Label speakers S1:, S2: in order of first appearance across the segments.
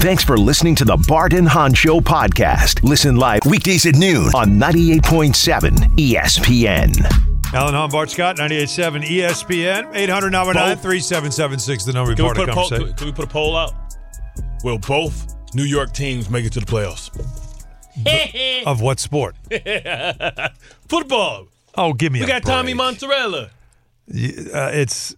S1: Thanks for listening to the Bart and Han Show podcast. Listen live weekdays at noon on 98.7 ESPN.
S2: Alan Hahn, Bart Scott, 98.7 ESPN, 800 3776 the number
S3: Can we,
S2: report.
S3: put a poll, can, can we put a poll out? Will both New York teams make it to the playoffs?
S2: Of what sport?
S3: Football.
S2: Oh, give me
S3: We
S2: a
S3: got Tommy
S2: break.
S3: Montarella.
S2: Uh, it's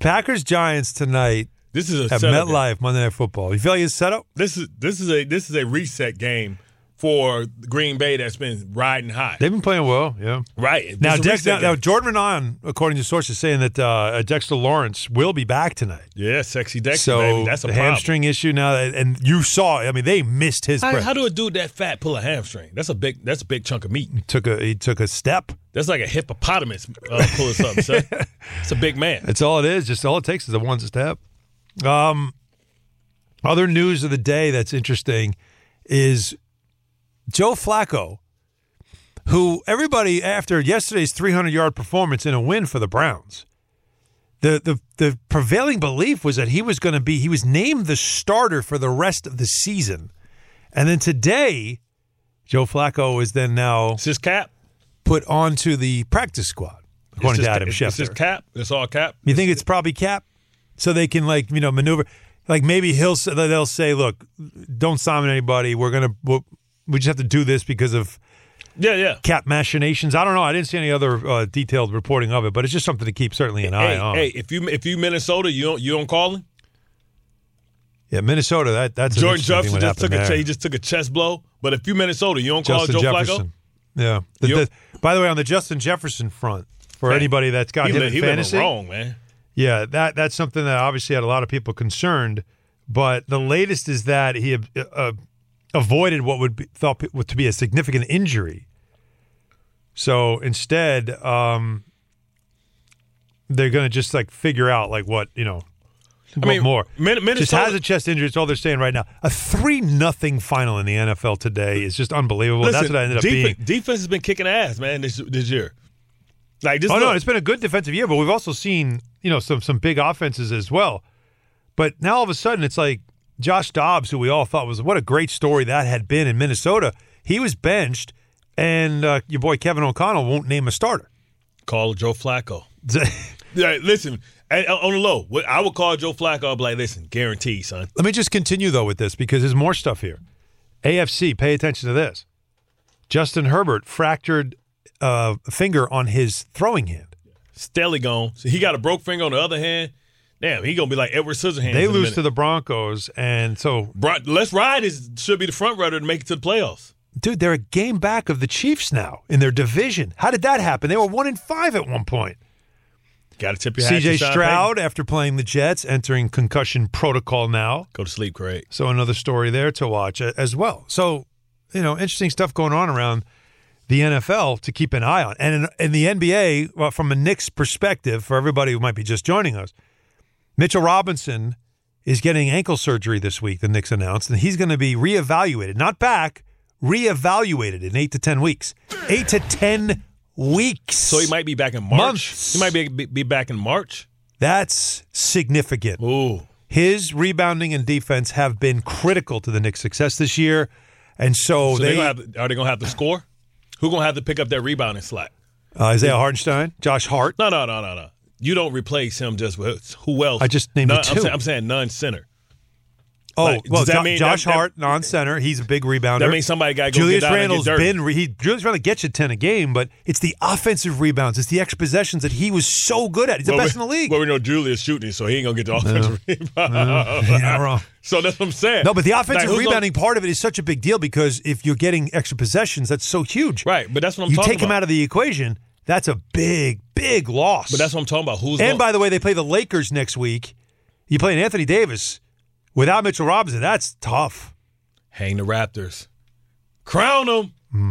S2: Packers Giants tonight
S3: This is a
S2: at
S3: setup.
S2: MetLife Monday Night Football. You feel like it's set up?
S3: This is this is a this is a reset game for Green Bay that's been riding high.
S2: They've been playing well, yeah.
S3: right This
S2: Now,
S3: is a
S2: Dex, now,
S3: reset
S2: now,
S3: game.
S2: Jordan Renan, according to sources, saying that uh, Dexter Lawrence will be back tonight.
S3: yeah, sexy Dexter,
S2: so
S3: baby. That's a
S2: the
S3: problem.
S2: hamstring issue now, and you saw. I mean, they missed his.
S3: How,
S2: breath.
S3: how do a dude that fat pull a hamstring? That's a big that's a big chunk of meat.
S2: took a he took a step.
S3: That's like a hippopotamus uh, pulling something. son. It's a big man.
S2: That's all it is. Just all it takes is the one step. Um, other news of the day that's interesting is Joe Flacco, who everybody after yesterday's 300 yard performance in a win for the Browns, the the the prevailing belief was that he was going to be he was named the starter for the rest of the season, and then today, Joe Flacco is then now
S3: It's his cap.
S2: put onto the practice squad according
S3: it's
S2: to
S3: his-
S2: Adam Schefter.
S3: It's his cap. It's all cap.
S2: You think it's probably cap, so they can like you know maneuver, like maybe he'll s- they'll say, look, don't summon anybody. We're gonna we'll, we just have to do this because of
S3: Yeah, yeah.
S2: cap machinations. I don't know. I didn't see any other uh, detailed reporting of it, but it's just something to keep certainly an eye
S3: hey,
S2: on.
S3: hey, if you if you Minnesota, you don't you don't call him.
S2: Yeah, Minnesota. That that's an
S3: Jordan
S2: interesting thing
S3: Jefferson
S2: what
S3: just took
S2: happened
S3: a
S2: there.
S3: he just took a chest blow. But if you Minnesota, you don't call Joe
S2: Justin Jefferson.
S3: Flacco.
S2: Yeah. The-
S3: Yep.
S2: the- by the way, on the Justin Jefferson front, for
S3: Man,
S2: anybody that's got
S3: he
S2: him
S3: li-
S2: in
S3: he went
S2: fantasy,
S3: wrong, man.
S2: Yeah, that that's something that obviously had a lot of people concerned. But the latest is that he uh, uh, avoided what would be thought pe- to be a significant injury. So instead, um, they're going to just like figure out like what you know. what
S3: mean,
S2: more.
S3: Min-
S2: just
S3: Minnesota-
S2: has a chest injury. It's all they're saying right now. A three nothing final in the NFL today is just unbelievable. That's
S3: Listen,
S2: what I ended up
S3: defen-
S2: being.
S3: Defense has been kicking ass, man. This this year, like this.
S2: Oh no,
S3: look,
S2: it's been a good defensive year, but we've also seen you know some some big offenses as well. But now all of a sudden, it's like Josh Dobbs, who we all thought was what a great story that had been in Minnesota. He was benched, and uh, your boy Kevin O'Connell won't name a starter.
S3: call Joe Flacco.
S2: Let
S3: Yeah, listen, and uh, on the low, what- I would call Joe Flacco. I'd be like, listen, guarantee, son.
S2: me just continue though with this because there's more stuff here. AFC, pay attention to this. Justin Herbert fractured uh, finger on his throwing hand.
S3: Stelly gone. So he got a broke finger on the other hand. Damn, he gonna be like Edward Scissorhands.
S2: They
S3: in a
S2: lose to
S3: minute.
S2: the Broncos, and so
S3: Bro- Let's ride is should be the front runner to make it to the playoffs.
S2: dude, they're a game back of the Chiefs now in their division. How did that happen? They were one in five at one point.
S3: Got to tip your hat to
S2: CJ
S3: Sean
S2: Stroud,
S3: Payton.
S2: after playing the Jets, entering concussion protocol now.
S3: Go to sleep, Craig.
S2: So another story there to watch a- as well. So you know, interesting stuff going on around the NFL to keep an eye on, and in, in the NBA, well, from a Knicks perspective, for everybody who might be just joining us, Mitchell Robinson is getting ankle surgery this week. The Knicks announced, and he's going to be reevaluated, not back, reevaluated in eight to ten weeks. Eight to ten weeks.
S3: So he might be back in March.
S2: Months.
S3: He might be, be be back in March.
S2: That's significant.
S3: Ooh,
S2: His rebounding and defense have been critical to the Knicks' success this year. And so,
S3: so they,
S2: Oh, they,
S3: gonna have, are they gonna have to score? Who gonna have to pick up that rebounding slack?
S2: uh, Isaiah Hartenstein, Josh Hart.
S3: No, no, no, no, no. You don't replace him just with who else?
S2: I just named you
S3: None- I'm
S2: two.
S3: saying, I'm saying none center.
S2: Oh,
S3: Like,
S2: well,
S3: does that
S2: Jo-
S3: mean
S2: Josh
S3: that- that-
S2: Hart, non-center. He's a big rebounder.
S3: That means somebody gotta go
S2: Julius
S3: get down and get
S2: Randle's
S3: dirty.
S2: been re- he Julius Randle gets you ten a game, but it's the offensive rebounds, it's the extra possessions that he was so good at. He's the
S3: Well,
S2: best
S3: we-
S2: in the league.
S3: Well, we know Julius shooting, so he ain't gonna get the offensive rebound.
S2: You're not wrong.
S3: So that's what I'm saying.
S2: No, but the
S3: Like,
S2: offensive
S3: who's gonna-
S2: rebounding part of it is such a big deal because if you're getting extra possessions, that's so huge.
S3: Right, but that's what I'm
S2: you
S3: talking
S2: take him
S3: about.
S2: out of the equation. That's a big, big loss.
S3: But that's what I'm talking about. Who's
S2: And
S3: gonna-
S2: by the way, they play the Lakers next week. You play an Anthony Davis Without Mitchell Robinson, that's tough.
S3: Hang the Raptors. Crown them.
S2: Hmm.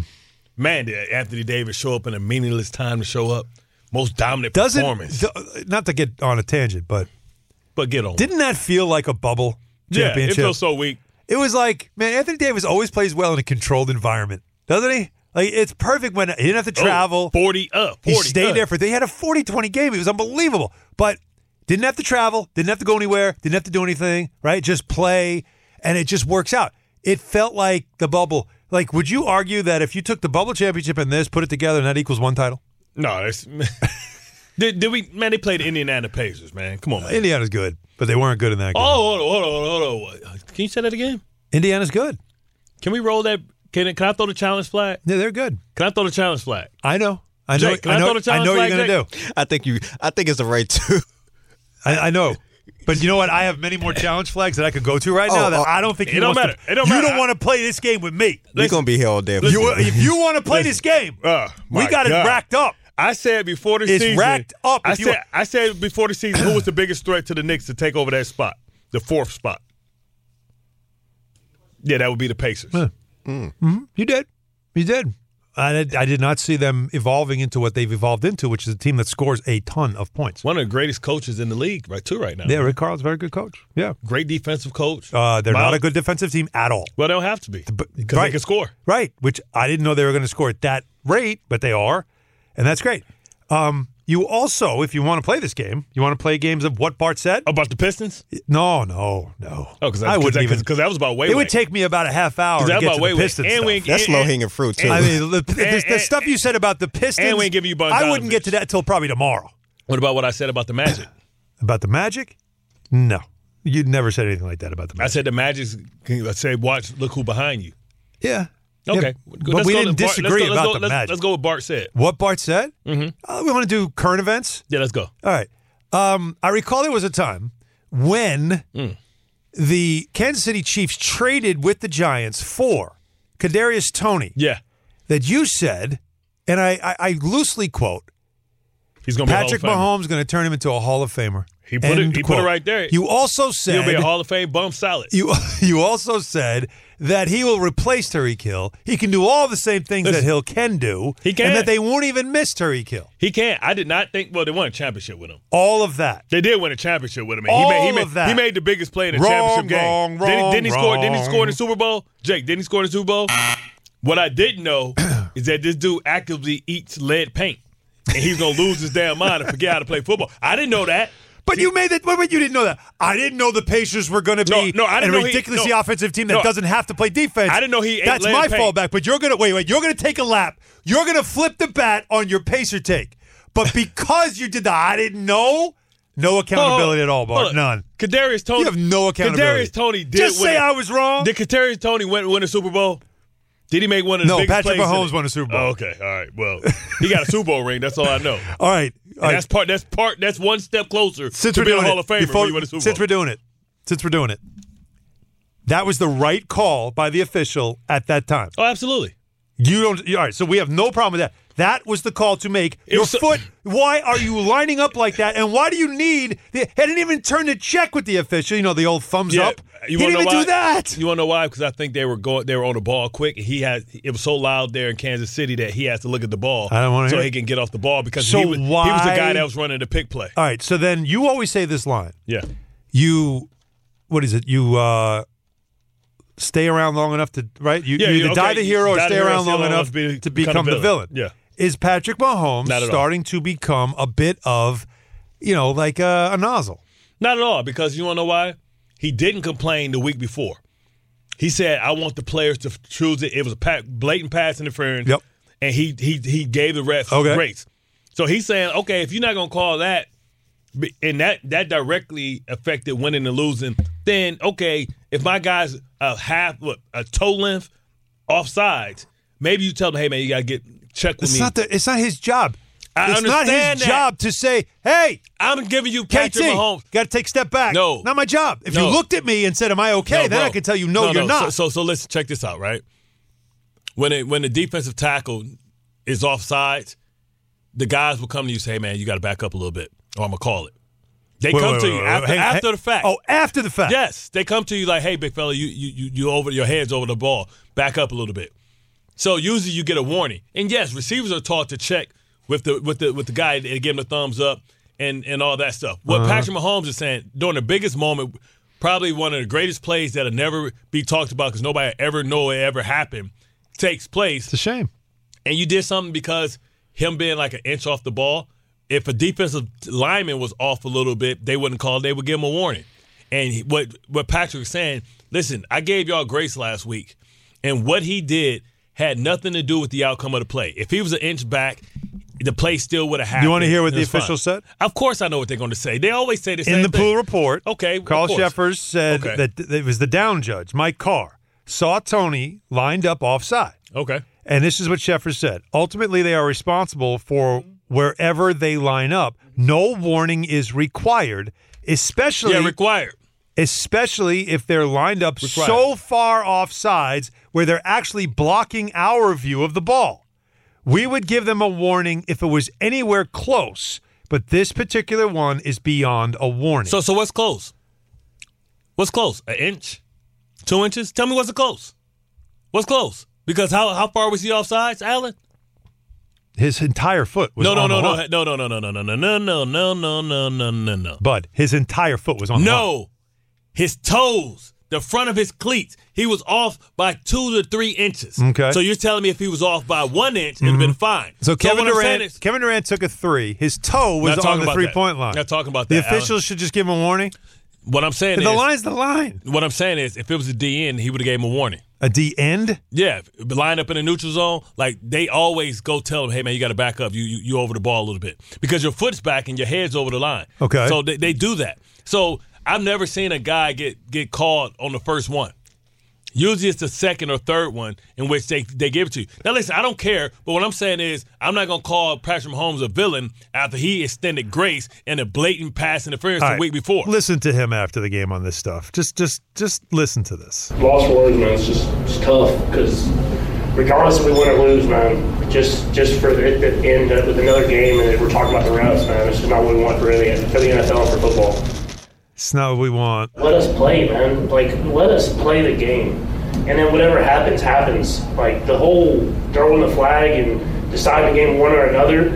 S3: Man, did Anthony Davis show up in a meaningless time to show up? Most dominant performance.
S2: Doesn't th- not to get on a tangent, but
S3: but get on.
S2: didn't that feel like a bubble
S3: yeah, it
S2: championship?
S3: feels so weak.
S2: It was like, man, Anthony Davis always plays well in a controlled environment, doesn't he? Like it's perfect when he didn't have to
S3: Oh,
S2: travel.
S3: 40 up. 40
S2: he stayed
S3: up.
S2: there for. They had a 40-20 game. It was unbelievable, but didn't have to travel, didn't have to go anywhere, didn't have to do anything. Right, just play, and it just works out. It felt like the bubble. Like, would you argue that if you took the bubble championship and this, put it together, and that equals one title?
S3: No, that's. did, did we. Man, they played the Indiana Pacers, man. Come on, man.
S2: Indiana's good, but they weren't good in that game.
S3: Oh, hold on, hold on, hold on, hold on. Can you say that again?
S2: Indiana's good.
S3: Can we roll that? Can, can I throw the challenge flag?
S2: Yeah, they're good.
S3: Can I throw the challenge flag?
S2: I know. I know.
S3: Jake, can
S2: I
S3: I
S2: know.
S3: throw the
S2: I
S3: challenge
S2: know what you're
S3: flag,
S2: gonna do.
S3: Jake?
S4: I think you. I think it's the right too.
S2: I, I know. But you know what? I have many more challenge flags that I could go to right now
S4: Oh,
S2: that
S4: oh,
S2: I don't think
S3: it
S2: you
S3: don't
S2: wants to-
S3: matter. It don't
S2: you
S3: matter.
S2: don't want to play this game with me.
S4: We're gonna be here all day.
S2: You- if you want to play this game,
S3: Oh,
S2: we
S3: my
S2: got
S3: God.
S2: it racked up.
S3: I said before the
S2: It's
S3: season.
S2: racked up.
S3: I
S2: If you
S3: said,
S2: were-
S3: I said before the season, who was the biggest threat to the Knicks to take over that spot? The fourth spot. Yeah, that would be the Pacers.
S4: Hmm.
S2: You did. You did. I did, I did not see them evolving into what they've evolved into, which is a team that scores a ton of points.
S3: One of the greatest coaches in the league, right? Too, right now.
S2: Yeah, Rick Carl's a very good coach. Yeah.
S3: Great defensive coach.
S2: Uh, they're
S3: Miles-
S2: not a good defensive team at all.
S3: Well, they don't have to be because
S2: right.
S3: they can score.
S2: Right, which I didn't know they were going to score at that rate, but they are, and that's great. Um, you also, if you want to play this game, you want to play games of what Bart said.
S3: About the Pistons?
S2: No, no, no.
S3: Oh, because
S2: I wouldn't even.
S3: because that was about way.
S2: it would take me about a half hour to
S3: That's
S2: get
S3: about
S2: to
S3: way
S2: the
S3: way.
S2: Pistons.
S3: And
S2: stuff.
S3: we ain't-
S4: That's
S3: and-
S4: low hanging fruit too.
S2: I mean, the, the,
S3: and-
S2: the stuff you said about the Pistons.
S3: and we ain't give you
S2: I wouldn't
S3: Bogdanovich.
S2: get to that till probably tomorrow.
S3: What about what I said about the Magic?
S2: About the Magic? No, you never said anything like that about the
S3: I
S2: Magic.
S3: said the Magic's. I said, watch, look who behind you.
S2: yeah.
S3: Okay,
S2: Yeah,
S3: Go-
S2: but
S3: let's
S2: we
S3: go
S2: didn't
S3: to Bart- let's
S2: disagree
S3: go- let's
S2: about
S3: go-
S2: the
S3: let's-
S2: Magic.
S3: Let's go with Bart said.
S2: What Bart said? Mm-hmm. we want to do current events.
S3: Yeah, let's go.
S2: All right. Um, I recall there was a time when
S3: Mm.
S2: the Kansas City Chiefs traded with the Giants for Kadarius Tony
S3: Yeah,
S2: that you said, and I, I, I loosely quote,
S3: he's gonna
S2: Patrick
S3: be a Hall of Famer.
S2: Mahomes going to turn him into a Hall of Famer.
S3: He put it-
S2: End
S3: he put it
S2: quote.
S3: right there.
S2: You also
S3: He'll be a
S2: said
S3: Hall of Fame bum salad.
S2: you you also said that he will replace Terry Kill. He can do all the same things that
S3: Listen.
S2: Hill can do,
S3: He can.
S2: and that they won't even miss Terry Kill.
S3: He can't. I did not think. Well, they won a championship with him.
S2: All of that.
S3: They did win a championship with him. and
S2: All
S3: he made, he made,
S2: of that.
S3: He made the biggest play in the
S2: Wrong,
S3: championship game.
S2: wrong,
S3: didn't, didn't he
S2: wrong,
S3: score? Didn't he
S2: wrong.
S3: score in the Super Bowl? Jake, didn't he score in the Super Bowl? What I didn't know is that this dude actively eats lead paint, and he's gonna lose his damn mind and forget how to play football. I didn't know that.
S2: But you made that. Wait, wait, you didn't know that. I didn't know the Pacers were going to
S3: No,
S2: be
S3: no, I didn't
S2: a
S3: know he-
S2: ridiculously
S3: no.
S2: offensive team that
S3: No.
S2: doesn't have to play defense.
S3: I didn't know he ate
S2: That's
S3: lead
S2: my
S3: paint.
S2: fallback. But you're going to wait, wait. You're going to take a lap. You're going to flip the bat on your Pacer take. But because you did that, I didn't know. No accountability at all, Bart.
S3: Hold on.
S2: None.
S3: Oh, Kadarius Tony.
S2: You have no accountability.
S3: Kadarius Tony did
S2: Just
S3: win
S2: say
S3: a-
S2: I was wrong.
S3: Did Kadarius Tony win, win a Super Bowl? Did he make one of the
S2: No,
S3: biggest
S2: Patrick
S3: plays in
S2: Mahomes
S3: it?
S2: won a Super Bowl.
S3: Oh, okay, all right. Well, he got a Super Bowl ring. That's all I know.
S2: All right.
S3: And
S2: All right.
S3: that's part. That's part. That's one step closer
S2: since
S3: to
S2: we're
S3: being
S2: doing
S3: a Hall
S2: it,
S3: of Famer
S2: before-
S3: when you win a Super
S2: since
S3: Bowl.
S2: we're doing it, since we're doing it, that was the right call by the official at that time.
S3: oh, absolutely.
S2: You don't. you- All right. So we have no problem with that. That was the call to make. Your
S3: was so-
S2: foot. Why are you lining up like that? And why do you need? The, he didn't even turn to check with the official. You know the old thumbs up. He
S3: wanna
S2: didn't even
S3: know why?
S2: do that.
S3: You want to know why? Because I think they were going. They were on the ball quick. And he had. It was so loud there in Kansas City that he has to look at the ball.
S2: I don't wanna
S3: So
S2: hear
S3: he
S2: it.
S3: can get off the ball because
S2: So
S3: he was. He was the
S2: why-
S3: guy that was running the pick play.
S2: all right. So then you always say this line.
S3: Yeah.
S2: You, what is it? You uh stay around long enough to right. You
S3: Yeah,
S2: you
S3: you-
S2: either die
S3: okay,
S2: the hero or
S3: die the
S2: stay
S3: hero,
S2: around
S3: stay
S2: long
S3: long
S2: enough
S3: enough to be-
S2: to become the villain.
S3: Yeah.
S2: Is Patrick Mahomes
S3: Not at all.
S2: starting to become a bit of, you know, like a, a nozzle?
S3: Not at all, because you want to know why? He didn't complain the week before. He said, "I want the players to f- choose it." It was a pa- blatant pass interference.
S2: Yep.
S3: And he he he gave the refs
S2: Okay.
S3: grace. So he's saying, "Okay, if you're not gonna call that, b- and that that directly affected winning and losing, then okay, if my guy's a half what, a toe length offsides, maybe you tell them, hey man, you gotta get check with
S2: It's
S3: me.
S2: not the, It's not his job.
S3: I
S2: it's not
S3: understand
S2: his
S3: that.
S2: job to say, "Hey,
S3: I'm giving you
S2: KT,
S3: Patrick Mahomes."
S2: got to take a step back."
S3: No.
S2: not my job. If
S3: No.
S2: you looked at me and said, "Am I okay?"
S3: No,
S2: then
S3: bro.
S2: I can tell you, "No, you're
S3: So,
S2: not."
S3: so so let's check this out, right? When it when the defensive tackle is offsides, the guys will come to you and say, "Hey, man, you got to back up a little bit, or I'm gonna call it." They
S2: Wait,
S3: come
S2: wait,
S3: to
S2: wait,
S3: you
S2: wait,
S3: after,
S2: hang-
S3: after
S2: hang-
S3: the fact.
S2: Oh, after the fact.
S3: Yes, they come to you like, "Hey, big fella, you you you, you over your hands over the ball. Back up a little bit." So usually you get a warning, and yes, receivers are taught to check with the with the with the guy and give him the thumbs up and and all that stuff. What
S2: Uh-huh.
S3: Patrick Mahomes is saying during the biggest moment, probably one of the greatest plays that'll never be talked about because nobody ever know it ever happened, takes place
S2: It's a shame.
S3: and you did something because him being like an inch off the ball, if a defensive lineman was off a little bit, they wouldn't call. They would give him a warning. And he- what what Patrick was saying, listen, I gave y'all grace last week, and what he did had nothing to do with the outcome of the play. If he was an inch back, the play still would have happened.
S2: you wanna hear what
S3: and
S2: the
S3: it's fine.
S2: official said?
S3: Of course, I know what they're going to say. They always say the same
S2: In the
S3: thing.
S2: pool report,
S3: Okay, of
S2: Carl
S3: course.
S2: Sheffers said
S3: Okay.
S2: that th- it was the down judge, Mike Carr, saw Tony lined up offside.
S3: Okay.
S2: And this is what Sheffers said. Ultimately, they are responsible for wherever they line up. No warning is required, especially
S3: Yeah, required.
S2: especially if they're lined up
S3: Required.
S2: so far off sides where they're actually blocking our view of the ball. We would give them a warning if it was anywhere close, but this particular one is beyond a warning.
S3: So so what's close? What's close? An inch? Two inches? Tell me what's close. What's close? Because how how far was he offsides, Alan?
S2: his entire foot was
S3: No, no,
S2: on
S3: no,
S2: the
S3: no,
S2: line.
S3: no, no, no, no, no, no, no, no, no, no, no, no, no, no.
S2: Bud, his entire foot was on the line.
S3: No. His toes, the front of his cleats. He was off by two to three inches.
S2: Okay. Mm-hmm.
S3: So you're telling me if he was off by one inch, it'd have been fine.
S2: So Kevin
S3: what I'm saying
S2: Durant,
S3: is-
S2: Kevin Durant took a three. His toe
S3: Not
S2: was
S3: talking
S2: on the
S3: about
S2: three
S3: that.
S2: point line.
S3: Not talking about
S2: The
S3: that, Alan.
S2: officials should just give him a warning.
S3: what I'm saying
S2: the
S3: is
S2: line's the line.
S3: what I'm saying is if it was a DN, he would have gave him a warning.
S2: A D end.
S3: Yeah, if- line up in the neutral zone. Like they always go tell them, "Hey man, you got to back up. You, you you over the ball a little bit because your foot's back and your head's over the line."
S2: Okay.
S3: So they, they do that. So I've never seen a guy get get called on the first one. Usually it's the second or third one in which they, they give it to you. Now listen, I don't care, but what I'm saying is I'm not gonna call Patrick Mahomes a villain after he extended grace and a blatant pass interference
S2: All
S3: the
S2: right,
S3: week before.
S2: Listen to him after the game on this stuff. Just just just listen to this.
S5: lost words, man. It's just it's tough because regardless if we win or lose, man, just just for it to end up with another game and we're talking about the refs, man. It's just not what we want for any for the NFL and for football.
S2: It's not what we want.
S5: Let us play, man. Like, let us play the game. And then whatever happens, happens. Like, the whole throwing the flag and deciding the game one or another,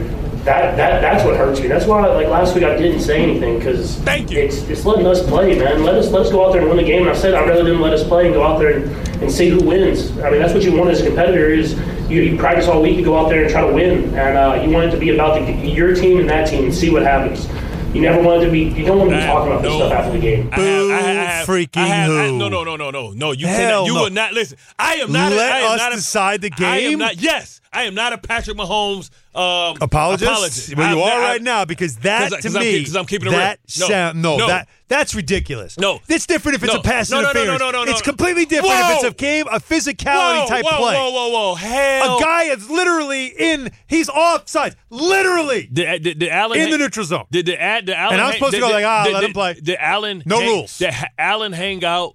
S5: that, that that's what hurts me. That's why, like, last week I didn't say anything because
S3: Thank you.
S5: It's, it's letting us play, man. Let us, let us go out there and win the game. And I said I'd rather them let us play and go out there and, and see who wins. I mean, that's what you want as a competitor is you, you practice all week, you go out there and try to win. And uh, you want it to be about the, your team and that team and see what happens. You never want it to be, you don't want to be
S3: I
S5: talking
S3: have
S5: about this
S3: no-
S5: stuff after the game.
S3: I have- I have- I
S2: Boo
S3: have-
S2: freaking
S3: I have- I-
S2: who.
S3: no, no, no, no, no, no. You
S2: Hell
S3: cannot. You
S2: no.
S3: will not listen. I am not.
S2: Let
S3: I am
S2: us
S3: not a-
S2: decide the
S3: I am
S2: game?
S3: not. Yes, I am not a Patrick Mahomes um,
S2: Apologist?
S3: apologist.
S2: Well, you
S3: I'm
S2: are
S3: not- I-
S2: right now because that
S3: 'Cause I-
S2: to
S3: 'cause I'm
S2: me,
S3: keep- 'cause I'm keeping it real.
S2: that
S3: No.
S2: sound, no,
S3: No.
S2: that that's ridiculous.
S3: No.
S2: it's different if it's
S3: No.
S2: a pass
S3: No, no, no, no,
S2: interference.
S3: no, no, no,
S2: It's
S3: no.
S2: completely different if it's a
S3: Whoa!
S2: game, a physicality
S3: Whoa,
S2: type
S3: whoa,
S2: play.
S3: Whoa, whoa, whoa! Hell,
S2: A guy is literally in, he's offside, literally
S3: Did, did, did Allen
S2: in the neutral zone.
S3: Did the ad? Did Allen?
S2: And I'm
S3: hang-
S2: supposed to
S3: did-
S2: go
S3: did-
S2: like, ah,
S3: did-
S2: let him
S3: did-
S2: play.
S3: Did Allen?
S2: No
S3: hang-
S2: rules.
S3: Did Ha- Allen hang out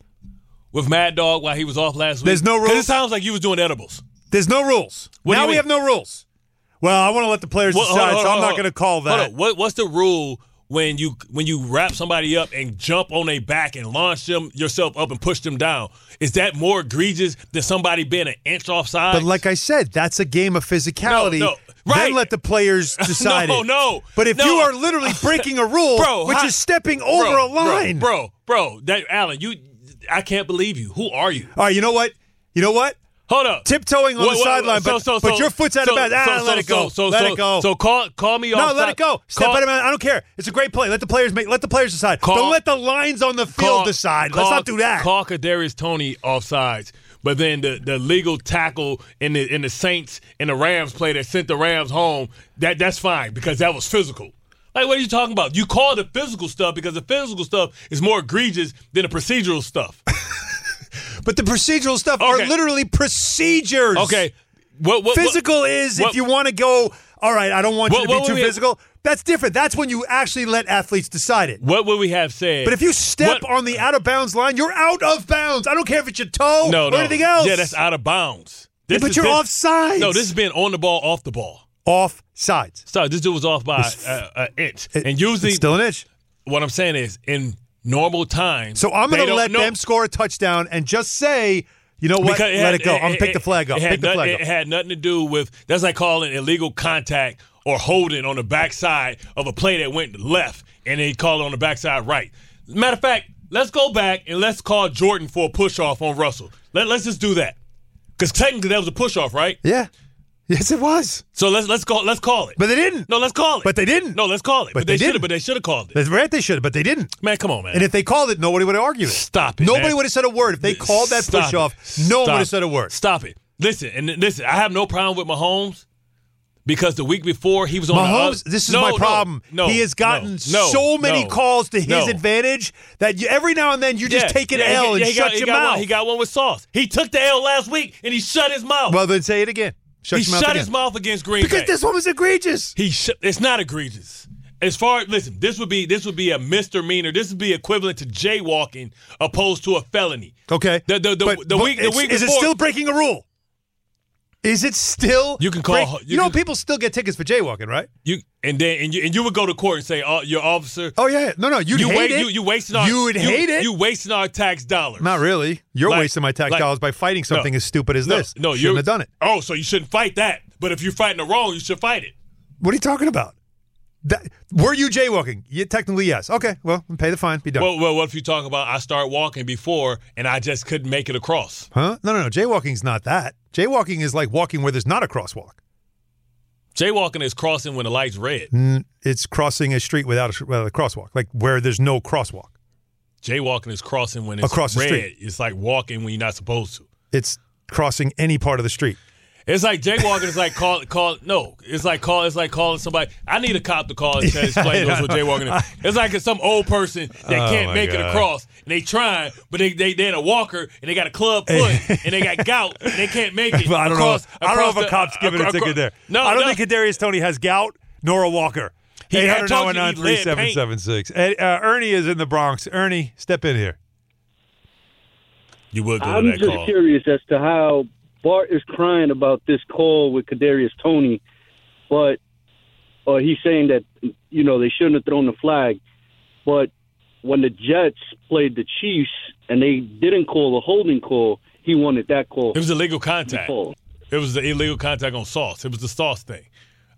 S3: with Mad Dog while he was off last week?
S2: There's no
S3: 'Cause
S2: rules.
S3: It sounds like you was doing edibles.
S2: There's no rules.
S3: What do
S2: now
S3: you
S2: we
S3: mean?
S2: have no rules. Well, I want to let the players
S3: Well, hold on,
S2: decide,
S3: hold
S2: so
S3: on,
S2: I'm not
S3: hold on.
S2: going to call that.
S3: Hold on. What, what's the rule when you when you wrap somebody up and jump on their back and launch them yourself up and push them down? Is that more egregious than somebody being an inch offside?
S2: But like I said, that's a game of physicality.
S3: No, no.
S2: Then
S3: Right.
S2: let the players decide.
S3: No,
S2: it.
S3: no.
S2: But if
S3: No.
S2: you are literally breaking a rule,
S3: Bro,
S2: which
S3: how-
S2: is stepping
S3: Bro,
S2: over a
S3: bro,
S2: line.
S3: bro, bro, That Allen, you, I can't believe you. Who are you?
S2: All right, you know what? You know what?
S3: Hold up,
S2: Tiptoeing on the sideline, but- but your foot's out of bounds. Ah, let it go.
S3: So,
S2: Let
S3: so,
S2: it go.
S3: So call, call me
S2: No,
S3: offside.
S2: let it go. Step
S3: Call-
S2: out of bounds. I don't care. It's a great play. Let the players make. Let the players decide.
S3: Call-
S2: Don't let the lines on the field
S3: call-
S2: decide.
S3: call-
S2: Let's not do that.
S3: Call Kadarius Tony offsides, but then the, the legal tackle in the in the Saints and the Rams play that sent the Rams home. That that's fine because that was physical. Like what are you talking about? You call the physical stuff because the physical stuff is more egregious than the procedural stuff.
S2: But the procedural stuff are
S3: Okay.
S2: literally procedures.
S3: Okay, what, what what-
S2: Physical is
S3: what-
S2: if you want to go. All right, I don't want
S3: What-
S2: you to
S3: what
S2: be too
S3: would we-
S2: physical. That's different. That's when you actually let athletes decide it.
S3: What would we have said?
S2: But if you step
S3: What-
S2: on the out of bounds line, you're out of bounds. I don't care if it's your toe
S3: no,
S2: or
S3: no.
S2: anything else.
S3: yeah, that's out of bounds.
S2: Yeah, but
S3: is-
S2: you're offsides.
S3: No, this has been on the ball, off the ball.
S2: off sides.
S3: Sorry, this dude was off by
S2: It's-
S3: uh, an inch, and usually
S2: it's still an inch.
S3: what I'm saying is in normal times.
S2: So I'm
S3: they
S2: going to
S3: don't
S2: let
S3: know-
S2: them score a touchdown and just say, you know what?
S3: Because
S2: Let
S3: had-
S2: it go. I'm going to pick the flag up.
S3: It had,
S2: Pick the
S3: noth-
S2: flag
S3: it
S2: up.
S3: had nothing to do with that's like calling illegal contact or holding on the backside of a play that went left and they called it on the backside right. Matter of fact, let's go back and let's call Jordan for a push off on Russell. Let, let's just do that because technically that was a push off, right?
S2: Yeah. Yes, it was.
S3: So let's let's call let's call it.
S2: But they didn't.
S3: no, let's call it.
S2: But they didn't.
S3: No, let's call it.
S2: But
S3: But,
S2: they
S3: they, should
S2: didn't.
S3: have. But they should have called it.
S2: That's right, they should have, but they didn't.
S3: Man, come on, man.
S2: And if they called it, nobody would have argued it.
S3: Stop it,
S2: Nobody
S3: man.
S2: would have said a word. If they called that
S3: Stop
S2: push off,
S3: it.
S2: no one
S3: Stop
S2: would have
S3: it.
S2: said a word.
S3: Stop it. Listen, and listen, I have no problem with Mahomes because the week before he was on the
S2: Mahomes,
S3: other-
S2: this is
S3: No,
S2: my
S3: no,
S2: problem.
S3: No,
S2: he has gotten
S3: no, no,
S2: so many
S3: no,
S2: calls to his
S3: no.
S2: advantage that you, every now and then you just
S3: Yeah,
S2: take an
S3: yeah,
S2: L
S3: he,
S2: and
S3: he
S2: shut
S3: got, he
S2: your
S3: got
S2: mouth.
S3: One, he got one with Sauce. He took the L last week and he shut his mouth.
S2: well, then say it again. Shut
S3: he
S2: your mouth
S3: shut
S2: again.
S3: his mouth against Green
S2: because
S3: Bay.
S2: this one was egregious.
S3: He sh- it's not egregious. As far as listen, this would be this would be a misdemeanor. This would be equivalent to jaywalking opposed to a felony.
S2: Okay.
S3: The the the,
S2: But-
S3: the
S2: but
S3: week the
S2: it's-
S3: week
S2: is
S3: before,
S2: it still breaking a rule? Is it still
S3: You can call-
S2: break- you,
S3: you
S2: know
S3: can-
S2: people still get tickets for jaywalking, right?
S3: you and then and you and you would go to court and say, "Oh, your officer,
S2: Oh yeah, yeah. no, no, you'd
S3: you
S2: hate
S3: wa-
S2: it.
S3: You, you wasting our
S2: You would hate it.
S3: You wasting our tax dollars.
S2: Not really. You're
S3: Like-
S2: wasting my tax
S3: like-
S2: dollars by fighting something as stupid as
S3: No,
S2: this.
S3: no,
S2: shouldn't
S3: you
S2: have done it.
S3: Oh, so you shouldn't fight that. But if you're fighting the wrong, you should fight it.
S2: What are you talking about? That, were you jaywalking? Yeah, technically, yes. Okay, well, pay the fine. Be done.
S3: Well, well, what if you talk about I start walking before and I just couldn't make it across?
S2: huh? No, no, no. Jaywalking's not that. Jaywalking is like walking where there's not a crosswalk.
S3: Jaywalking is crossing when the light's red.
S2: It's crossing a street without a, without a crosswalk, like where there's no crosswalk.
S3: Jaywalking is crossing when it's
S2: Across the
S3: red.
S2: street.
S3: It's like walking when you're not supposed to.
S2: It's crossing any part of the street.
S3: It's like jaywalking is like call call no. It's like call it's like calling somebody. I need a cop to call and tell explain
S2: Yeah, I
S3: to us what
S2: know.
S3: jaywalking is. It's like it's some old person that
S2: Oh, my
S3: can't make it
S2: God.
S3: across and they trying, but they they they in a walker and they got a club foot and they got gout and they can't make it.
S2: Well, I don't
S3: across,
S2: know. I don't know
S3: across
S2: if a
S3: the-
S2: cop's giving a
S3: acro-
S2: ticket there.
S3: No,
S2: I don't
S3: no.
S2: think Kadarius Tony has gout nor a walker.
S3: He- I told you he
S2: 800-919-3776. And, uh, Ernie is in the Bronx. Ernie, step in here.
S3: You would go
S6: I'm
S3: to that
S6: just
S3: call.
S6: curious as to how Bart is crying about this call with Kadarius Tony, but or he's saying that you know they shouldn't have thrown the flag. But when the Jets played the Chiefs and they didn't call a holding call, he wanted that call.
S3: It was illegal contact.
S6: Call.
S3: It was the illegal contact on sauce. It was the sauce thing.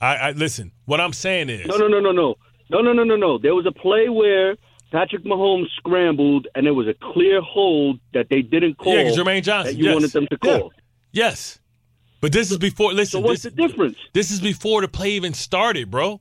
S3: I, I listen. What I'm saying is
S6: No, no, no, no, no, no, no, no, no, no. There was a play where Patrick Mahomes scrambled, and there was a clear hold that they didn't call.
S3: Yeah, 'cause Jermaine Johnson,
S6: That you
S3: yes.
S6: wanted them to call.
S3: yes, but this is before. Listen,
S6: So what's
S3: this-
S6: the difference?
S3: This is before the play even started, bro.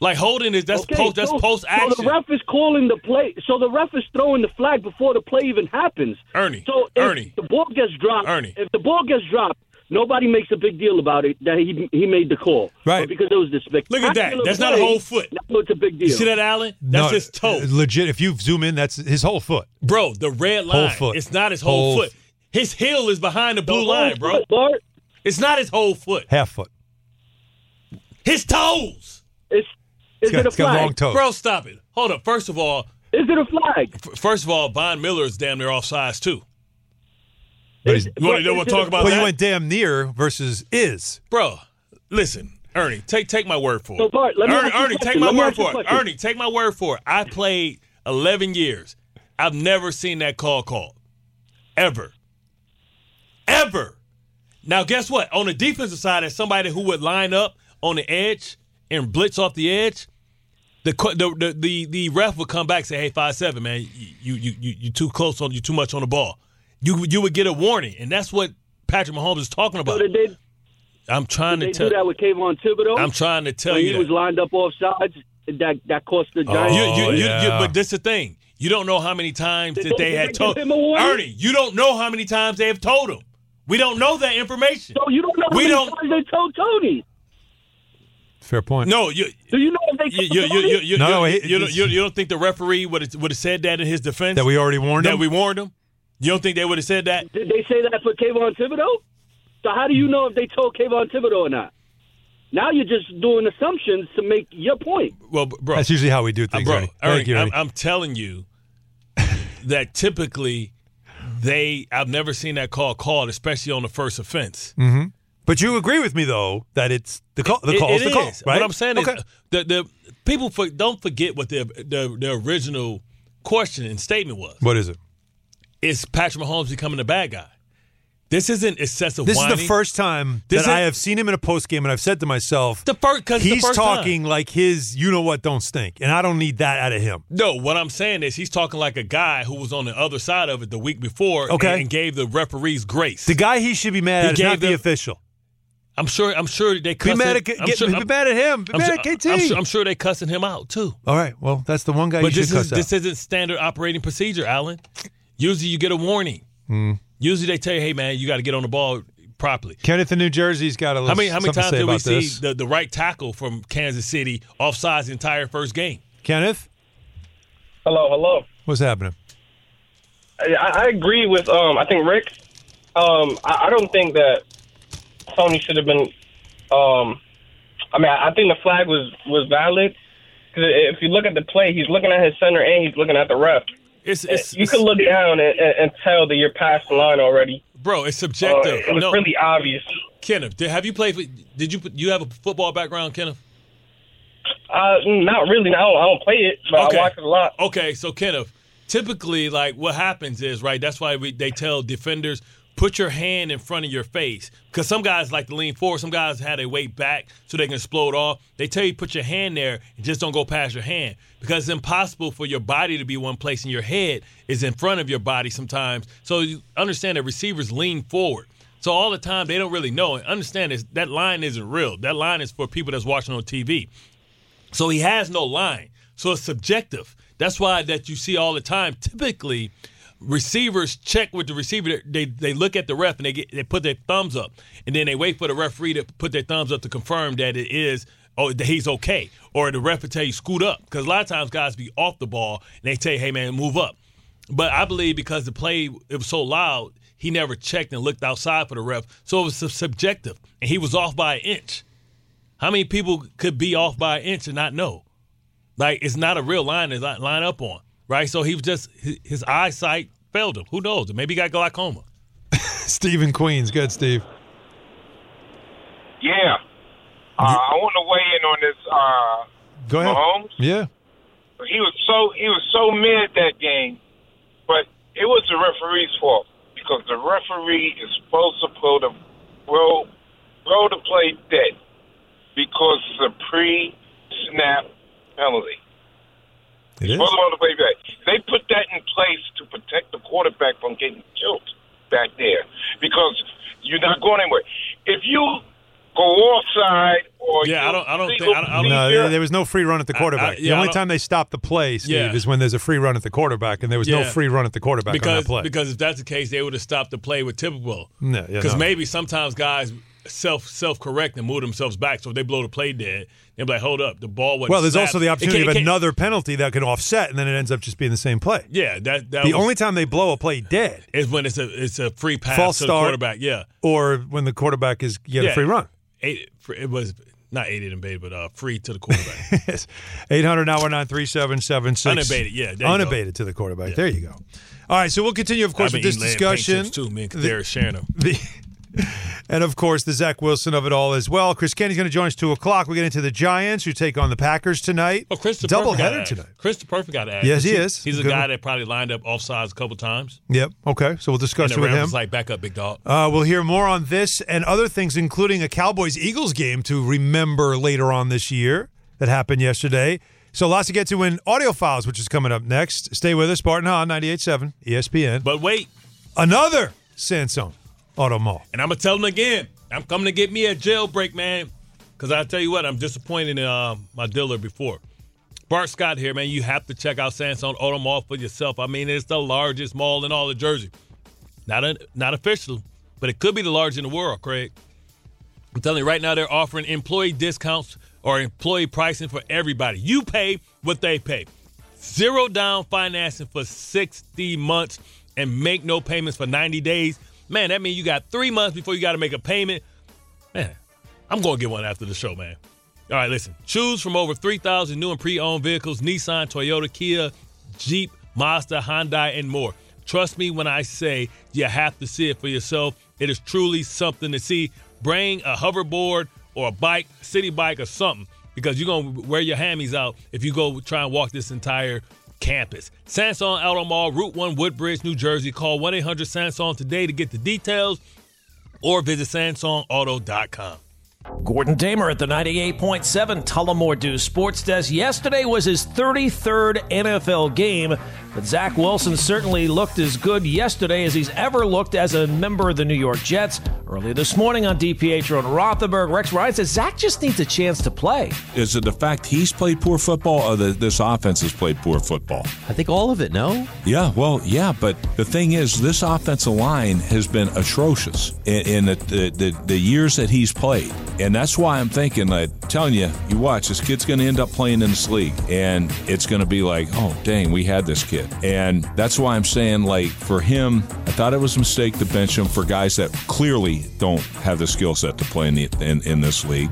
S3: Like holding is that's post that's
S6: so-
S3: post action.
S6: So the ref is calling the play. So the ref is throwing the flag before the play even happens.
S3: Ernie,
S6: So if
S3: Ernie.
S6: the ball gets dropped,
S3: Ernie.
S6: if the ball gets dropped, nobody makes a big deal about it that he he made the call.
S2: Right.
S6: But because it was this big.
S3: Look at that. That's not a whole foot.
S6: Now it's a big deal.
S3: you see that, Allen? That's his toe,
S2: uh, Legit. If you zoom in, that's his whole foot.
S3: bro. The red line.
S2: foot.
S3: It's not his whole,
S2: Whole
S3: foot. His heel is behind the
S6: The
S3: blue
S6: whole
S3: line, bro.
S6: foot, Bart,
S3: It's not his whole foot.
S2: Half foot.
S3: His toes,
S6: it's, is
S2: It's got,
S6: it a
S2: it's got
S6: flag?
S2: long toes.
S3: bro. Stop it. Hold up. First of all,
S6: Is it a flag?
S3: f- first of all, Von Miller is damn near offsides too.
S2: But he's-
S3: You want
S6: But
S3: to know
S6: is
S3: what
S6: it
S3: talk
S6: a-
S3: about
S2: well,
S3: that?
S2: you went damn near versus is.
S3: Bro, listen, Ernie, take take my word for it.
S6: So, Bart, let me
S3: Ernie,
S6: ask you a
S3: Ernie,
S6: question.
S3: take my
S6: Let me
S3: word
S6: ask you a
S3: for it.
S6: question.
S3: Ernie, take my word for it. I played 11 years. I've never seen that call called. Ever. Ever. Now, guess what? On the defensive side, as somebody who would line up on the edge and blitz off the edge, the co- the the, the, the ref would come back and say, "Hey, five seven, man, you you you you too close on you too much on the ball." You you would get a warning, and that's what Patrick Mahomes is talking
S6: So
S3: about.
S6: did they,
S3: I'm trying
S6: they
S3: to
S6: do
S3: tell.
S6: that with Kayvon Thibodeau?
S3: I'm trying to tell
S6: when
S3: you
S6: he
S3: that.
S6: was lined up offsides. That that cost the Giants.
S3: Oh, you, you, you, you,
S2: Oh, yeah.
S3: but this the thing. You don't know how many times
S6: Did
S3: that
S6: they-
S3: they
S6: did
S3: had
S6: they
S3: told
S6: give him a warning?
S3: Ernie. You don't know how many times they have told him. We don't know that information.
S6: So you don't know how
S3: We
S6: many
S3: don't-
S6: times they told Tony.
S2: Fair point.
S3: No, you.
S6: Do you know if they
S3: You,
S6: told
S3: you, you,
S6: Tony?
S3: you, you,
S2: No,
S3: you,
S2: it-
S3: you, don't-
S2: it's-
S3: you, you don't think the referee would have, would have said that in his defense?
S2: That we already warned
S3: that
S2: him?
S3: we warned him. You don't think they would have said that?
S6: Did they say that for Kayvon Thibodeau? So how do you know if they told Kayvon Thibodeau or not? Now you're just doing assumptions to make your point.
S3: Well, bro,
S2: That's usually how we do
S3: Uh,
S2: things.
S3: bro,
S2: Ernie.
S3: Ernie,
S2: Thank you,
S3: I'm,
S2: Ernie.
S3: I'm telling you that typically they. I've never seen that call called, especially on the first offense.
S2: Mm-hmm. But you agree with me though that it's the call. The
S3: It-
S2: call
S3: it
S2: the call.
S3: is.
S2: Right?
S3: What I'm saying
S2: okay.
S3: is the the people for, don't forget what their, their their original question and statement was.
S2: What is it?
S3: Is Patrick Mahomes becoming a bad guy? This isn't excessive.
S2: This
S3: whining.
S2: is the first time
S3: This
S2: that I
S3: is-
S2: have seen him in a post game, and I've said to myself,
S3: The first because
S2: he's
S3: the first
S2: talking
S3: Time.
S2: like his, you know what, don't stink, and I don't need that out of him.
S3: No, what I'm saying is he's talking like a guy who was on the other side of it the week before.
S2: Okay.
S3: and, and gave the referees grace.
S2: The guy he should be mad
S3: He
S2: at is not
S3: gave
S2: the
S3: them-
S2: official.
S3: I'm sure. I'm sure they
S2: Be
S3: cussing.
S2: mad at,
S3: I'm
S2: get,
S3: sure-
S2: be
S3: I'm-
S2: mad at him. Be
S3: I'm
S2: mad
S3: sure-
S2: at KT.
S3: I'm sure, I'm sure they cussing him out too.
S2: All right, well, that's the one guy
S3: But
S2: you
S3: this
S2: should cuss
S3: is
S2: out.
S3: this isn't standard operating procedure, Alan. Usually you get a warning.
S2: Mm.
S3: Usually they tell you, "Hey man, you got to get on the ball properly."
S2: Kenneth in New Jersey's got a little
S3: How many how many
S2: something
S3: times
S2: to say
S3: did we
S2: about
S3: see
S2: this.
S3: the, the right tackle from Kansas City offsides the entire first game?
S2: Kenneth,
S7: Hello, hello.
S2: what's happening?
S7: I, I agree with um. I think Rick. Um, I, I don't think that Sony should have been. Um, I mean, I, I think the flag was was valid because if you look at the play, he's looking at his center and he's looking at the ref.
S3: It's it's,
S7: You can look down and, and, and tell that you're past the line already.
S3: bro. It's
S7: Uh,
S3: subjective.
S7: it was
S3: no,
S7: really obvious.
S3: Kenneth, did, have you played? with- Did you you have a football background, Kenneth?
S7: Uh, not really. I don't, I don't play it, but I watch it a lot.
S3: Okay, so Kenneth, typically, like what happens is right. That's why we, they tell defenders put your hand in front of your face because some guys like to lean forward. Some guys have their weight back so they can explode off. They tell you put your hand there and just don't go past your hand because it's impossible for your body to be one place and your head is in front of your body sometimes. So you understand that receivers lean forward. So all the time they don't really know and understand is that line isn't real. That line is for people that's watching on TV. So he has no line. So it's subjective. That's why that you see all the time. Typically, receivers check with the receiver. They they look at the ref and they get they put their thumbs up, and then they wait for the referee to put their thumbs up to confirm that it is. Oh, that he's okay, or the ref will tell you scoot up because a lot of times guys be off the ball and they tell you, "Hey man, move up." But I believe because the play it was so loud, he never checked and looked outside for the ref, so it was sub- subjective, and he was off by an inch. How many people could be off by an inch and not know? Like it's not a real line to li- line up on, right? So he was just his, his eyesight failed him. Who knows? Maybe he got glaucoma.
S2: Stephen Queens, good Steve.
S8: Yeah. Uh, I want to weigh in on this. Uh,
S2: Go ahead.
S8: Mahomes?
S2: Yeah.
S8: he was so he was so mad that game, but it was the referee's fault because the referee is supposed to pull the roll roll the play dead because it's a pre-snap penalty.
S2: It is.
S8: Roll the roll the play back. They put that in place to protect the quarterback from getting killed back there because you're not going anywhere. If you go offside or
S3: Yeah,
S8: you
S3: I don't- I don't think-
S8: legal
S3: I don't- I don't-
S2: No,
S8: procedure-
S2: there, there was no free run at the
S3: I-
S2: quarterback.
S3: yeah,
S2: the
S3: I
S2: only
S3: don't-
S2: time they stop the play, Steve,
S3: Yeah.
S2: is when there's a free run at the quarterback, and there was no
S3: Yeah.
S2: free run at the quarterback on
S3: because
S2: that play.
S3: because if that's the case, they would have stopped the play with typical.
S2: No, yeah,
S3: because
S2: no.
S3: maybe sometimes guys self self correct and move themselves back. So if they blow the play dead, they be like, hold up, the ball was.
S2: well, there's also the opportunity of another penalty that can offset, and then it ends up just being the same play.
S3: Yeah, that that
S2: The
S3: was-
S2: only time they blow a play dead,
S3: is when it's a it's a free pass
S2: False
S3: to the
S2: start.
S3: quarterback. Yeah,
S2: or when the quarterback is get a
S3: Yeah.
S2: free run.
S3: Eight, it was not aided and baited, but uh, free to the quarterback.
S2: Yes. 800 919 3776.
S3: Unabated, yeah, there you go.
S2: Unabated to the quarterback. There you go. All right, so we'll continue, of course,
S3: I've
S2: with
S3: been
S2: this
S3: eating lamb paint
S2: discussion.
S3: chips too, man.
S2: The-
S3: They're sharing them.
S2: the and of course the Zach Wilson of it all as well. Chris Kenny's going to join us two o'clock. We get into the Giants who take on the Packers tonight.
S3: Oh, Chris the
S2: double
S3: Perfect got
S2: header
S3: asked.
S2: tonight.
S3: Chris the Perfect got asked.
S2: Yes, he is.
S3: He's a
S2: Good
S3: guy
S2: one.
S3: that probably lined up offsides a couple times.
S2: Yep. Okay. So we'll
S3: And
S2: discuss it
S3: the
S2: with him.
S3: Rams like, back up, big dog.
S2: uh, we'll hear more on this and other things, including a Cowboys Eagles game to remember later on this year that happened yesterday. So lots to get to in audio files, which is coming up next. Stay with us, Barton Hahn, 98.7 ESPN.
S3: But wait,
S2: Another Sansone Auto Mall.
S3: and I'm going to tell him again. I'm coming to get me a jailbreak, man. Because I tell you what, I'm disappointed in uh, my dealer before. Bart Scott here, man. You have to check out Sansone Auto Mall for yourself. I mean, it's the largest mall in all of Jersey. Not a, not official, but it could be the largest in the world, Craig. I'm telling you right now, they're offering employee discounts or employee pricing for everybody. You pay what they pay. Zero down financing for 60 months and make no payments for 90 days. Man, that means you got three months before you got to make a payment. Man, I'm going to get one after the show, man. All right, listen. Choose from over 3,000 new and pre owned vehicles Nissan, Toyota, Kia, Jeep, Mazda, Hyundai, and more. Trust me when I say you have to see it for yourself. It is truly something to see. Bring a hoverboard or a bike, city bike, or something. because you're going to wear your hammies out if you go try and walk this entire campus. Sanson Auto Mall, Route 1, Woodbridge, New Jersey. Call 1 800 Sanson today to get the details or visit sansonauto.com.
S9: Gordon Damer at the 98.7 Tullamore Dew Sports Desk. Yesterday was his 33rd NFL game, but Zach Wilson certainly looked as good yesterday as he's ever looked as a member of the New York Jets. Earlier this morning on DPH and Rothenberg, Rex Ryan says Zach just needs a chance to play.
S10: Is it the fact he's played poor football or that this offense has played poor football?
S11: I think all of it, no?
S10: Yeah, well, yeah, but the thing is, this offensive line has been atrocious in, in the, the, the, the years that he's played. And that's why I'm thinking, like, telling you, you watch, this kid's going to end up playing in this league. And it's going to be like, oh, dang, we had this kid. And that's why I'm saying, like, for him, I thought it was a mistake to bench him for guys that clearly don't have the skill set to play in, the, in, in this league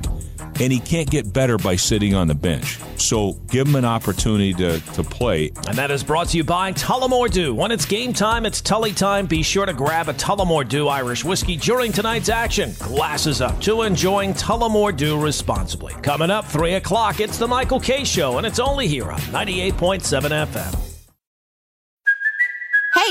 S10: and he can't get better by sitting on the bench. So give him an opportunity to, to play.
S9: And that is brought to you by Tullamore Dew. When it's game time, it's Tully time. Be sure to grab a Tullamore Dew Irish whiskey during tonight's action. Glasses up to enjoying Tullamore Dew responsibly. Coming up, 3 o'clock, it's The Michael K. Show, and it's only here on 98.7 FM.
S12: Hey,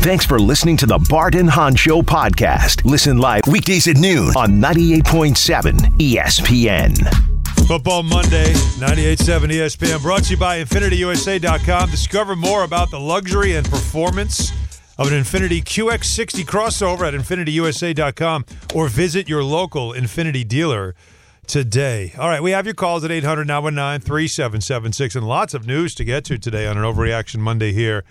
S1: Thanks for listening to the Bart and Han Show podcast. Listen live weekdays at noon on 98.7 ESPN.
S2: Football Monday, 98.7 ESPN, brought to you by InfinityUSA.com. Discover more about the luxury and performance of an Infinity QX60 crossover at InfinityUSA.com or visit your local Infinity dealer today. All right, we have your calls at 800 919 3776 and lots of news to get to today on an Overreaction Monday here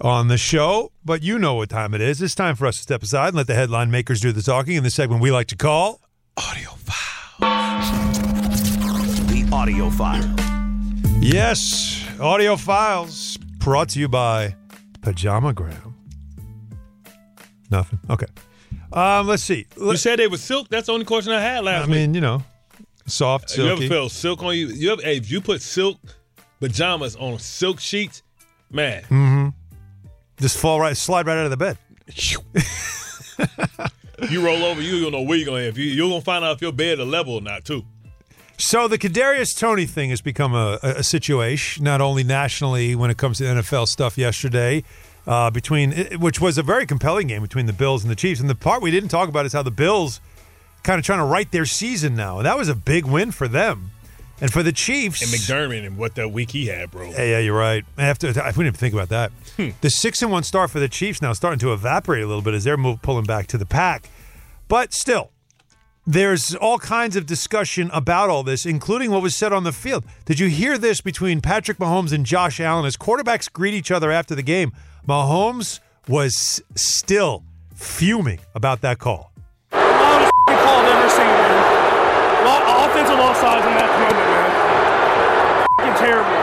S2: on the show. But you know what time it is. It's time for us to step aside and let the headline makers do the talking in the segment we like to call
S1: The audio file.
S2: Yes, audio files brought to you by Pajamagram. Nothing. Okay. Um, let's see.
S3: You said it was silk. That's the only question I had last
S2: I
S3: week. Uh,
S2: mean, you know, soft,
S3: you ever
S2: silky.
S3: felt silk on you? You ever, hey, if you put silk pajamas on silk sheets, man,
S2: mm-hmm. Just fall right, slide right out of the bed.
S3: you roll over, you don't know where you're gonna have. You, you're gonna find out if your bed a level or not too.
S2: So the Kadarius Tony thing has become a, a, a situation, not only nationally when it comes to NFL stuff. Yesterday, uh, between it- which was a very compelling game between the Bills and the Chiefs, and the part we didn't talk about is how the Bills kind of trying to right their season now, and that was a big win for them and for the Chiefs.
S3: And McDermott and what that week he had, bro.
S2: Yeah, yeah, you're right. After I we didn't even think about that.
S3: Hmm.
S2: The six and one start for the Chiefs now starting to evaporate a little bit as they're move, pulling back to the pack, but still, there's all kinds of discussion about all this, including what was said on the field. Did you hear this between Patrick Mahomes and Josh Allen as quarterbacks greet each other after the game? Mahomes was still fuming about that call.
S13: f***ing call I've ever seen, man. Lo- offensive offsides in that moment, man. F***ing terrible.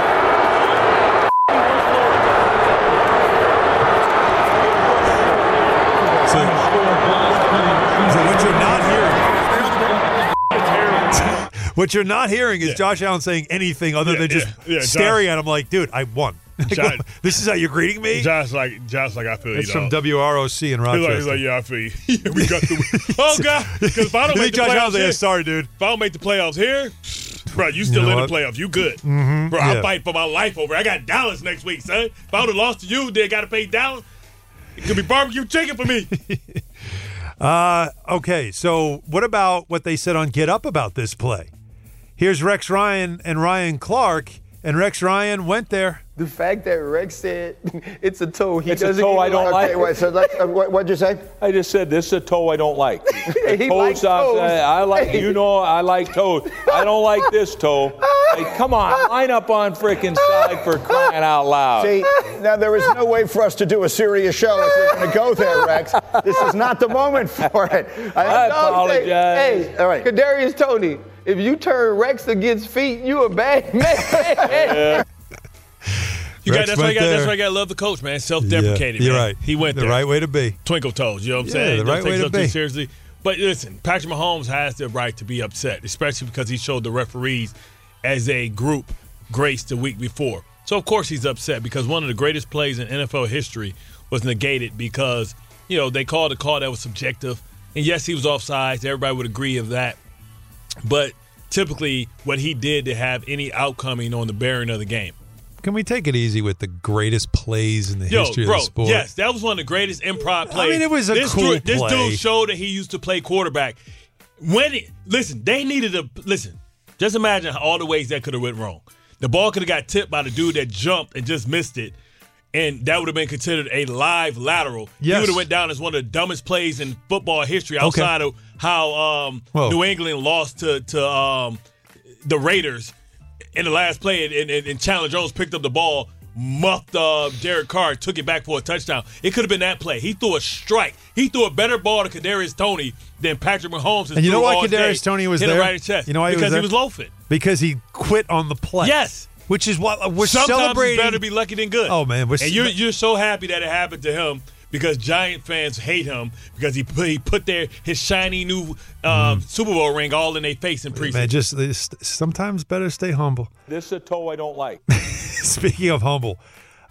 S2: So, so what you're not hearing. What you're not hearing is
S3: Yeah.
S2: Josh Allen saying anything other
S3: Yeah,
S2: than just
S3: yeah, yeah, Josh-
S2: staring at him like, dude, I won. Like,
S3: Josh-
S2: this is how you're greeting me?
S3: Josh like Josh like I feel
S2: It's
S3: you.
S2: from
S3: dog.
S2: WROC
S3: He's
S2: in
S3: like-
S2: Rochester.
S3: He's like, yeah, I feel you. Yeah, we got the. Oh God, because if I don't
S2: You
S3: make
S2: think
S3: the
S2: Josh
S3: playoffs
S2: Allen's like,
S3: here,
S2: sorry, dude.
S3: If I don't make the playoffs here, bro, you still
S2: know
S3: in
S2: what?
S3: the playoffs. You good,
S2: Mhm,
S3: bro?
S2: yeah.
S3: I fight for my life over. I got Dallas next week, son. If I would have lost to you, then got to pay Dallas. It could be barbecue chicken for me.
S2: Uh, okay, so what about what they said on Get Up about this play? Here's Rex Ryan and Ryan Clark, and Rex Ryan went there.
S11: The fact that Rex said it's a toe, he
S14: It's a
S11: doesn't
S14: toe
S11: even
S14: I don't
S11: okay,
S14: like.
S11: Wait, so let's, uh, what, what'd you say?
S14: I just said this is a toe I don't like.
S11: He
S14: Toes
S11: likes
S14: I-
S11: toes.
S14: I like you know I like toes. I don't like this toe. Hey, come on, line up on frickin' side for crying out loud.
S11: See, now there is no way for us to do a serious show if we're going to go there, Rex. This is not the moment for it.
S14: I
S11: No, say-
S14: apologize.
S11: Hey, all right. Kadarius Tony, if you turn Rex against feet, you a bad man.
S3: You got,
S2: Rex
S3: that's, why you
S2: went
S3: got, that's
S2: there.
S3: why you got to love the coach, man. Self deprecating.
S2: Yeah, you're right.
S3: He went
S2: The
S3: there.
S2: right way to be.
S3: Twinkle toes. You know what I'm
S2: Yeah,
S3: saying?
S2: the
S3: Don't
S2: right
S3: take
S2: way to
S3: yourself too
S2: be.
S3: seriously. But listen, Patrick Mahomes has the right to be upset, especially because he showed the referees as a group grace the week before. So of course he's upset because one of the greatest plays in NFL history was negated because you know they called a call that was subjective, and yes, he was offsides. Everybody would agree of that. But typically, what he did to have any outcoming on the bearing of the game.
S2: Can we take it easy with the greatest plays in the
S3: Yo,
S2: history
S3: bro,
S2: of the sport?
S3: yes, that was one of the greatest improv plays.
S2: mean, it was a
S3: this
S2: cool
S3: dude, This
S2: play.
S3: dude showed that he used to play quarterback. When it, listen, they needed to listen. Just imagine all the ways that could have went wrong. The ball could have got tipped by the dude that jumped and just missed it, and that would have been considered a live lateral. He
S2: Yes.
S3: would have went down as one of the dumbest plays in football history
S2: Okay.
S3: outside of how um,
S2: Whoa.
S3: New England lost to to um, the Raiders in the last play, and, and, and Chandler Jones picked up the ball, muffed uh, Derek Carr, took it back for a touchdown. It could have been that play. He threw a strike. He threw a better ball to Kadarius Tony than Patrick Mahomes. has
S2: And you know
S3: threw
S2: why
S3: all day.
S2: Kadarius Tony was
S3: Hit
S2: there?
S3: Him right in the chest.
S2: You know why he
S3: because
S2: was there?
S3: he was low fit.
S2: Because he quit on the play.
S3: Yes.
S2: Which is what we're
S3: Sometimes
S2: celebrating.
S3: It's better to be lucky than good.
S2: Oh, man, we're-
S3: and you're you're so happy that it happened to him because Giant fans hate him because he put he put their his shiny new um, Super Bowl ring all in their face in preseason.
S2: Mm. Man, just it's- sometimes better stay humble.
S14: This is a toe I don't like.
S2: Speaking of humble,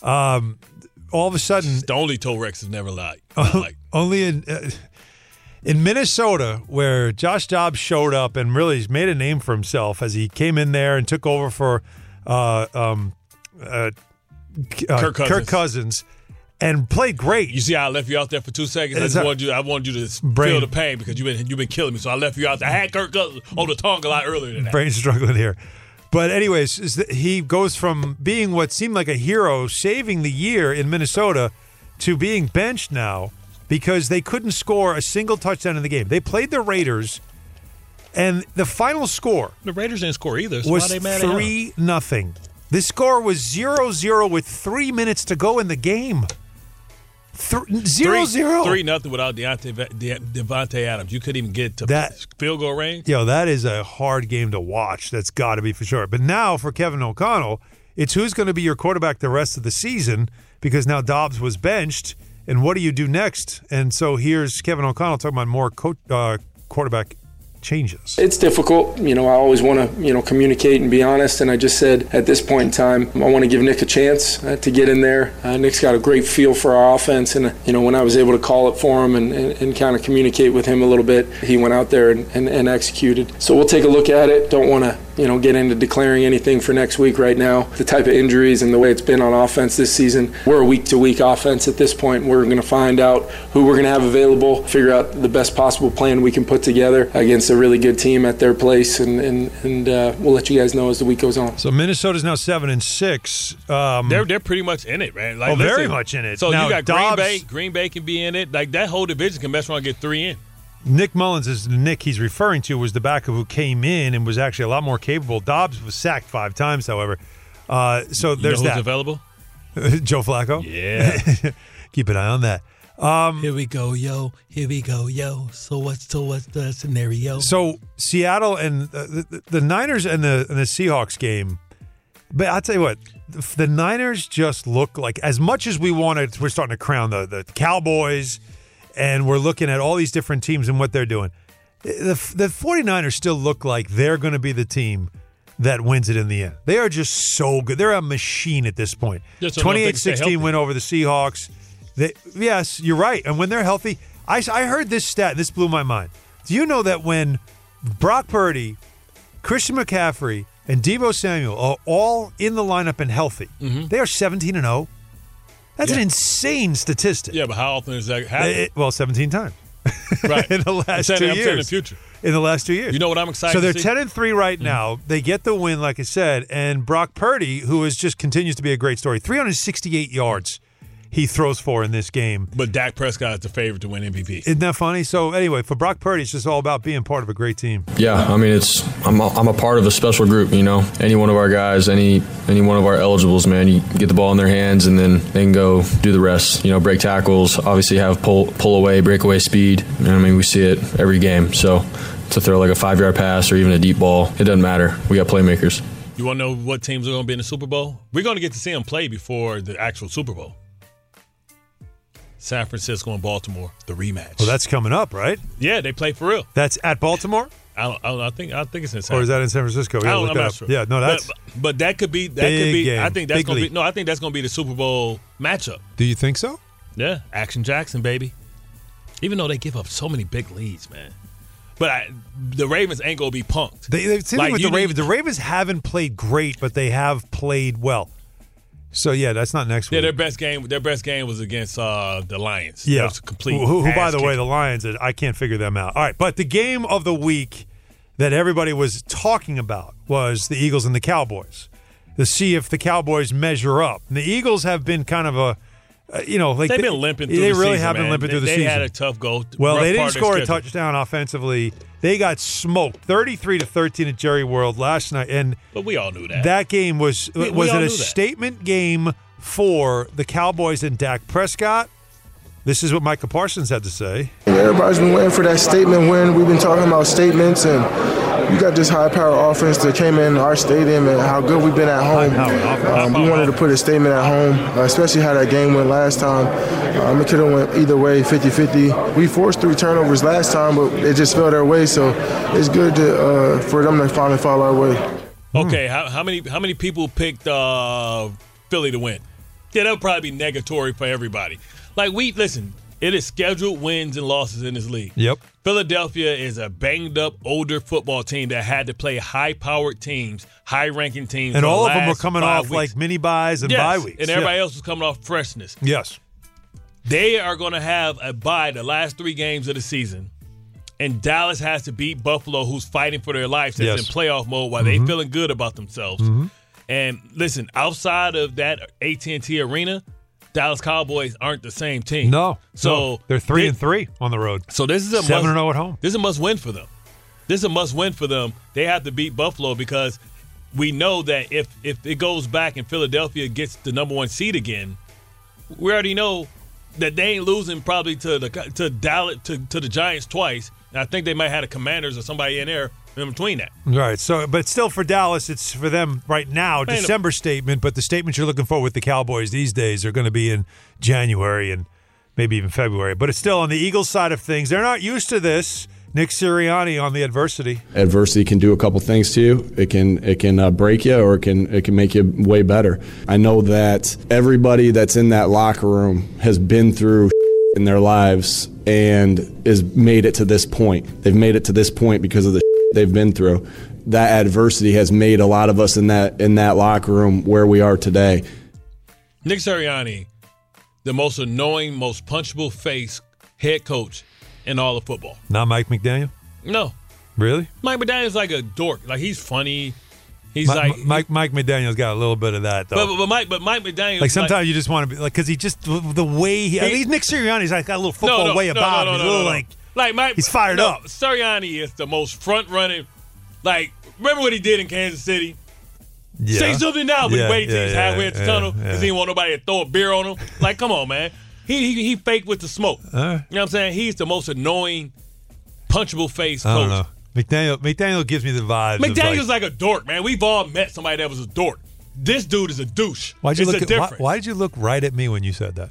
S2: um, all of a sudden,
S3: the only toe Rex has never lied.
S2: only in uh, in Minnesota where Josh Dobbs showed up and really made a name for himself as he came in there and took over for uh, um, uh, K- uh,
S3: Kirk Cousins.
S2: Cousins and played great.
S3: You see how I left you out there for two seconds? I
S2: It's
S3: just
S2: a-
S3: wanted you. I wanted you to
S2: Brain.
S3: feel the pain because you've been you've been killing me. So I left you out. there. I had Kirk Cousins on the tongue a lot earlier than that.
S2: Brain struggling here. But anyways, is that he goes from being what seemed like a hero, saving the year in Minnesota, to being benched now because they couldn't score a single touchdown in the game. They played the Raiders, and the final score
S3: The Raiders didn't score either.
S2: was three nothing. The score was 0-0 with three minutes to go in the game. Th- zero
S3: Three-
S2: zero.
S3: three nothing without Deontay Va- De- Devontae Adams. You couldn't even get to
S2: That-
S3: field goal range.
S2: Yo, that is a hard game to watch. That's got to be for sure. But now for Kevin O'Connell, it's who's going to be your quarterback the rest of the season because now Dobbs was benched. And what do you do next? And so here's Kevin O'Connell talking about more co- uh, quarterback changes.
S15: It's difficult. You know, I always want to, you know, communicate and be honest. And I just said at this point in time, I want to give Nick a chance uh, to get in there. Uh, Nick's got a great feel for our offense. And, uh, you know, when I was able to call it for him and, and, and kind of communicate with him a little bit, he went out there and, and, and executed. So we'll take a look at it. Don't want to, you know, get into declaring anything for next week right now. The type of injuries and the way it's been on offense this season, we're a week to week offense at this point. We're going to find out who we're going to have available, figure out the best possible plan we can put together against a really good team at their place, and, and, and uh, we'll let you guys know as the week goes on.
S2: So Minnesota's now seven and six. Um,
S3: They're they're pretty much in it, man. Like
S2: Oh, very
S3: listen,
S2: much in it.
S3: So
S2: Now,
S3: you got Green
S2: Dobbs-
S3: Bay. Green Bay can be in it. Like that whole division can mess around and get three in.
S2: Nick Mullins is the Nick he's referring to was the backup who came in and was actually a lot more capable. Dobbs was sacked five times, however. Uh, so
S3: You
S2: there's
S3: know who's
S2: that.
S3: available.
S2: Joe Flacco. Yeah. Keep an eye on that. Um,
S16: Here we go, yo. Here we go, yo. So what's so what's the scenario?
S2: So Seattle and uh, the, the- the Niners and the and the Seahawks game, but I'll tell you what, the, the Niners just look like as much as we wanted. We're starting to crown the the Cowboys, and we're looking at all these different teams and what they're doing. the the 49ers still look like they're going to be the team that wins it in the end. They are just so good. They're a machine at this point.
S3: Just so they can stay
S2: 28-16 win
S3: healthy.
S2: over the Seahawks. They, yes, you're right. And when they're healthy, I, s- I heard this stat. This blew my mind. Do you know that when Brock Purdy, Christian McCaffrey, and Debo Samuel are all in the lineup and healthy,
S3: Mm-hmm.
S2: they are 17 and 0. That's an insane statistic.
S3: Yeah, but how often is that happening?
S2: It- well, 17 times.
S3: right.
S2: in the last
S3: I'm saying,
S2: two
S3: I'm
S2: years.
S3: saying the future.
S2: In the last two years.
S3: You know what I'm excited
S2: So they're
S3: to see?
S2: ten and three right now. They get the win, like I said, and Brock Purdy, who is just continues to be a great story, 368 yards he throws for in this game.
S3: But Dak Prescott is the favorite to win MVP.
S2: Isn't that funny? So anyway, for Brock Purdy, it's just all about being part of a great team.
S17: Yeah, I mean it's I'm a, I'm a part of a special group, you know. Any one of our guys, any any one of our eligibles, man, you get the ball in their hands and then they can go do the rest. You know, break tackles, obviously have pull pull away, breakaway speed. And I mean, we see it every game. So to throw like a 5-yard pass or even a deep ball, it doesn't matter. We got playmakers.
S3: You want to know what teams are going to be in the Super Bowl? We're going to get to see them play before the actual Super Bowl. San Francisco and Baltimore, the rematch.
S2: Well, Oh, that's coming up, right?
S3: Yeah, they play for real.
S2: That's at Baltimore,
S3: I, don't, I, don't, I think I think it's in San.
S2: or is that in San Francisco?
S3: I don't,
S2: look
S3: I'm
S2: that
S3: not
S2: up.
S3: sure.
S2: Yeah, no,
S3: But-
S2: that's.
S3: But, that could be that
S2: Big
S3: could be. I
S2: game.
S3: think that's
S2: Big
S3: going to
S2: league.
S3: be. No, I think that's going to be the Super Bowl matchup.
S2: do you think so?
S3: Yeah, Action Jackson, baby. Even though they give up so many big leads, man. But I, the Ravens ain't gonna be punked.
S2: They, they've seen
S3: Like,
S2: it with
S3: you
S2: the
S3: need-
S2: Ravens. The Ravens haven't played great, but they have played well. So yeah, that's not next week.
S3: Yeah, their best game. Their best game was against uh, the Lions.
S2: Yeah,
S3: That was a complete.
S2: Who, who by
S3: ass
S2: the way,
S3: kicking.
S2: the Lions? I can't figure them out. All right, but the game of the week that everybody was talking about was the Eagles and the Cowboys to see if the Cowboys measure up. And the Eagles have been kind of a, uh, you know, like
S3: they've been limping. Through
S2: They
S3: the
S2: really
S3: season,
S2: have been
S3: man.
S2: limping
S3: They-
S2: through the
S3: they
S2: season.
S3: had a tough go.
S2: Well,
S3: rough part
S2: they didn't
S3: of their
S2: score a
S3: schedule.
S2: touchdown offensively. They got smoked, thirty-three to thirteen at Jerry World last night, and
S3: But we all knew that.
S2: that game was
S3: We- we
S2: was
S3: all
S2: it
S3: knew
S2: a
S3: that.
S2: statement game for the Cowboys and Dak Prescott? This is what Micah Parsons had to say.
S18: Everybody's been waiting for that statement win. We've been talking about statements, and you got this high power offense that came in our stadium and how good we've been at home. Um, we wanted to put a statement at home, uh, especially how that game went last time. Um, it could have went either way, 50 50. We forced three turnovers last time, but it just fell their way, so it's good to, uh, for them to finally fall our way.
S2: hmm.
S3: Okay, how, how many how many people picked uh, Philly to win? Yeah, that would probably be negatory for everybody. Like we listen, it is scheduled wins and losses in this league.
S2: Yep.
S3: Philadelphia is a banged up older football team that had to play high powered teams, high ranking teams,
S2: And
S3: for the
S2: all of them were
S3: last
S2: coming
S3: five
S2: off
S3: weeks.
S2: like mini buys and
S3: Yes,
S2: bye weeks.
S3: and everybody else was coming off freshness.
S2: Yes.
S3: They are going to have a bye the last three games of the season. And Dallas has to beat Buffalo, who's fighting for their lives that's
S19: Yes.
S3: in playoff mode while
S2: Mm-hmm.
S3: they
S19: Mhm.
S3: feeling good about themselves.
S19: Mhm.
S3: And listen, outside of that AT&T Arena, Dallas Cowboys aren't the same team.
S2: No.
S3: So
S2: no. they're three
S3: thi-
S2: and three on the road.
S3: So this is a
S2: seven
S3: must,
S2: and zero at home.
S3: This is a must win for them. This is a must win for them. They have to beat Buffalo because we know that if if it goes back and Philadelphia gets the number one seed again, we already know that they ain't losing probably to the to Dallas to, to the Giants twice. And I think they might have the Commanders or somebody in there in between that.
S2: All right. So, but still for Dallas, it's for them right now,
S3: Man,
S2: December statement. But the statements you're looking for with the Cowboys these days are going to be in January and maybe even February. But it's still on the Eagles side of things. They're not used to this. Nick Sirianni on the adversity.
S20: adversity can do a couple things to you. It can it can uh, break you, or it can it can make you way better. I know that everybody that's in that locker room has been through in their lives and is made it to this point. They've made it to this point because of the they've been through. That adversity has made a lot of us in that in that locker room where we are today.
S3: Nick Sirianni, the most annoying, most punchable face head coach in all of football.
S2: Not Mike McDaniel.
S3: No,
S2: Really?
S3: Mike McDaniel's like a dork. Like he's funny. He's
S2: Mi-
S3: like,
S2: Mi- Mike. Mike McDaniel's got a little bit of that though.
S3: but, but but Mike, but Mike McDaniel.
S2: like sometimes you just want to be like because he just the way he, at
S3: He-
S2: least Nick Sirianni's like got a little football way about him. He's a little like
S3: like Mike.
S2: he's fired
S3: no,
S2: up.
S3: Sirianni is the most front running. Like remember what he did in Kansas City.
S2: Yeah.
S3: Say something now, but
S2: Yeah,
S3: he waited till
S2: yeah,
S3: he's
S2: yeah,
S3: halfway at the
S2: yeah,
S3: tunnel
S2: yeah.
S3: because he didn't want nobody to throw a beer on him. Like come on, man. He he, he faked with the smoke.
S2: All right.
S3: You know what I'm saying? He's the most annoying, punchable face
S2: I
S3: coach.
S2: don't know. McDaniel McDaniel gives me the vibes. of,
S3: McDaniel's like, a dork, man. We've all met somebody that was a dork. This dude is a douche.
S2: Why'd you
S3: it's
S2: look
S3: a
S2: at, why,
S3: difference.
S2: why did you look right at me when you said that?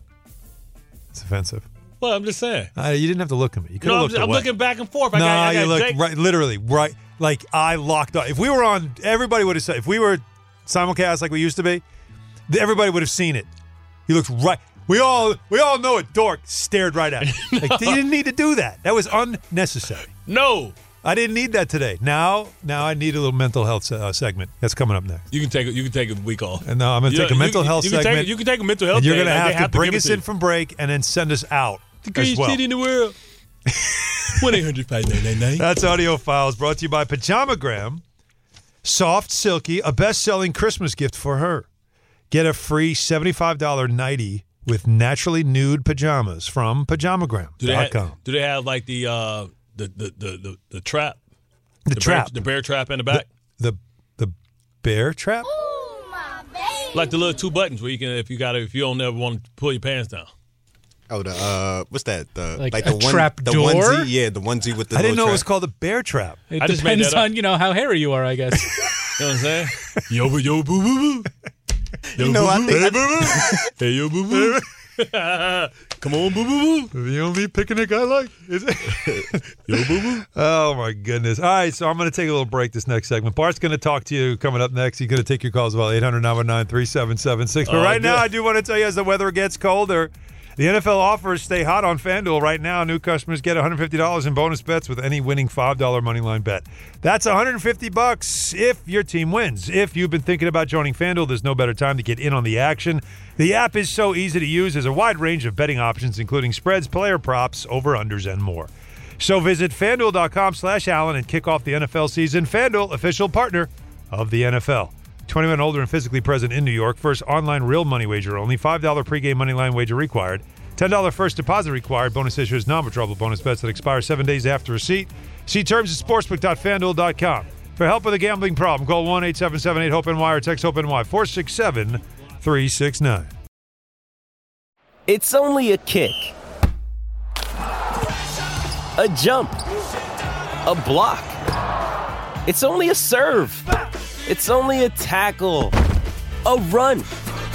S2: It's offensive.
S3: Well, I'm just saying.
S2: Uh, you didn't have to look at me. You could
S3: No,
S2: have
S3: I'm,
S2: looked
S3: I'm
S2: away.
S3: looking back and forth. I
S2: no,
S3: got, I got
S2: you looked
S3: Jake.
S2: right, literally right. Like I locked up. If we were on, everybody would have said. If we were simulcast like we used to be, th- everybody would have seen it. He looked right. We all we all know it. Dork stared right at me. Like you didn't need to do that. That was unnecessary.
S3: No,
S2: I didn't need that today. Now now I need a little mental health se- uh, segment. That's coming up next.
S3: You can take it. You can take a week off.
S2: And no, I'm going to
S3: You-
S2: take a
S3: you
S2: mental
S3: can-
S2: health
S3: you can take-
S2: segment.
S3: you can take a mental health
S2: And you're going to
S3: day, like, they
S2: have to
S3: have to
S2: bring
S3: give it
S2: us
S3: to
S2: in
S3: you.
S2: from break and then send us out.
S3: The
S2: as
S3: greatest
S2: well.
S3: city in the world. One eight hundred five nine nine nine.
S2: That's Audio Files brought to you by Pajamagram. Soft, silky, a best selling Christmas gift for her. Get a free $75 nightie with naturally nude pajamas from
S3: Do they,
S2: pajamagram.com.
S3: have, do they have like the uh the the the the, the trap?
S2: The
S3: bear-
S2: trap.
S3: the bear trap in the back.
S2: The, the bear trap?
S3: Like the little two buttons where you can if you got to if you don't ever want to pull your pants down.
S4: Oh, the uh, what's that? The
S3: Like
S4: like,
S3: a
S4: the one,
S3: trap
S4: the
S3: door?
S4: onesie. Yeah, the onesie with the.
S2: I didn't know
S4: little
S2: it was
S4: trap.
S2: called a bear trap.
S16: It
S4: I just made
S16: depends
S4: that up.
S16: on you know how hairy you are, I guess.
S3: you know what I'm saying? Yo, boo, yo, boo, boo, boo. Yo,
S4: You know, I think-
S3: hey, boo, boo. hey, yo, boo, boo. Come on, boo, boo,
S2: boo. The only picnic I like is it.
S3: Yo, boo, boo.
S2: Oh my goodness. All right, so I'm going to take a little break this next segment. Bart's going to talk to you coming up next. He's going to take your calls about 800-919-3776. But
S3: Oh,
S2: right now,
S3: good.
S2: I do want to tell you as the weather gets colder, the NFL offers stay hot on FanDuel. Right now, new customers get $150 in bonus bets with any winning $5 moneyline bet. That's 150 bucks if your team wins. If you've been thinking about joining FanDuel, there's no better time to get in on the action. The app is so easy to use. There's a wide range of betting options, including spreads, player props, over-unders, and more. So visit fanduel.com slash Allen and kick off the NFL season. Fanduel, official partner of the NFL. 21 and older and physically present in New York. First online real money wager only. $5 pregame money line wager required. $10 first deposit required. Bonus issues non-withdrawable bonus bets that expire seven days after receipt. See terms at sportsbook.fanduel.com. For help with a gambling problem, call 1-877-8-HOPE-NY or text HOPE-NY 467-369.
S5: It's only a kick, a jump, a block. It's only a serve. It's only a tackle, a run.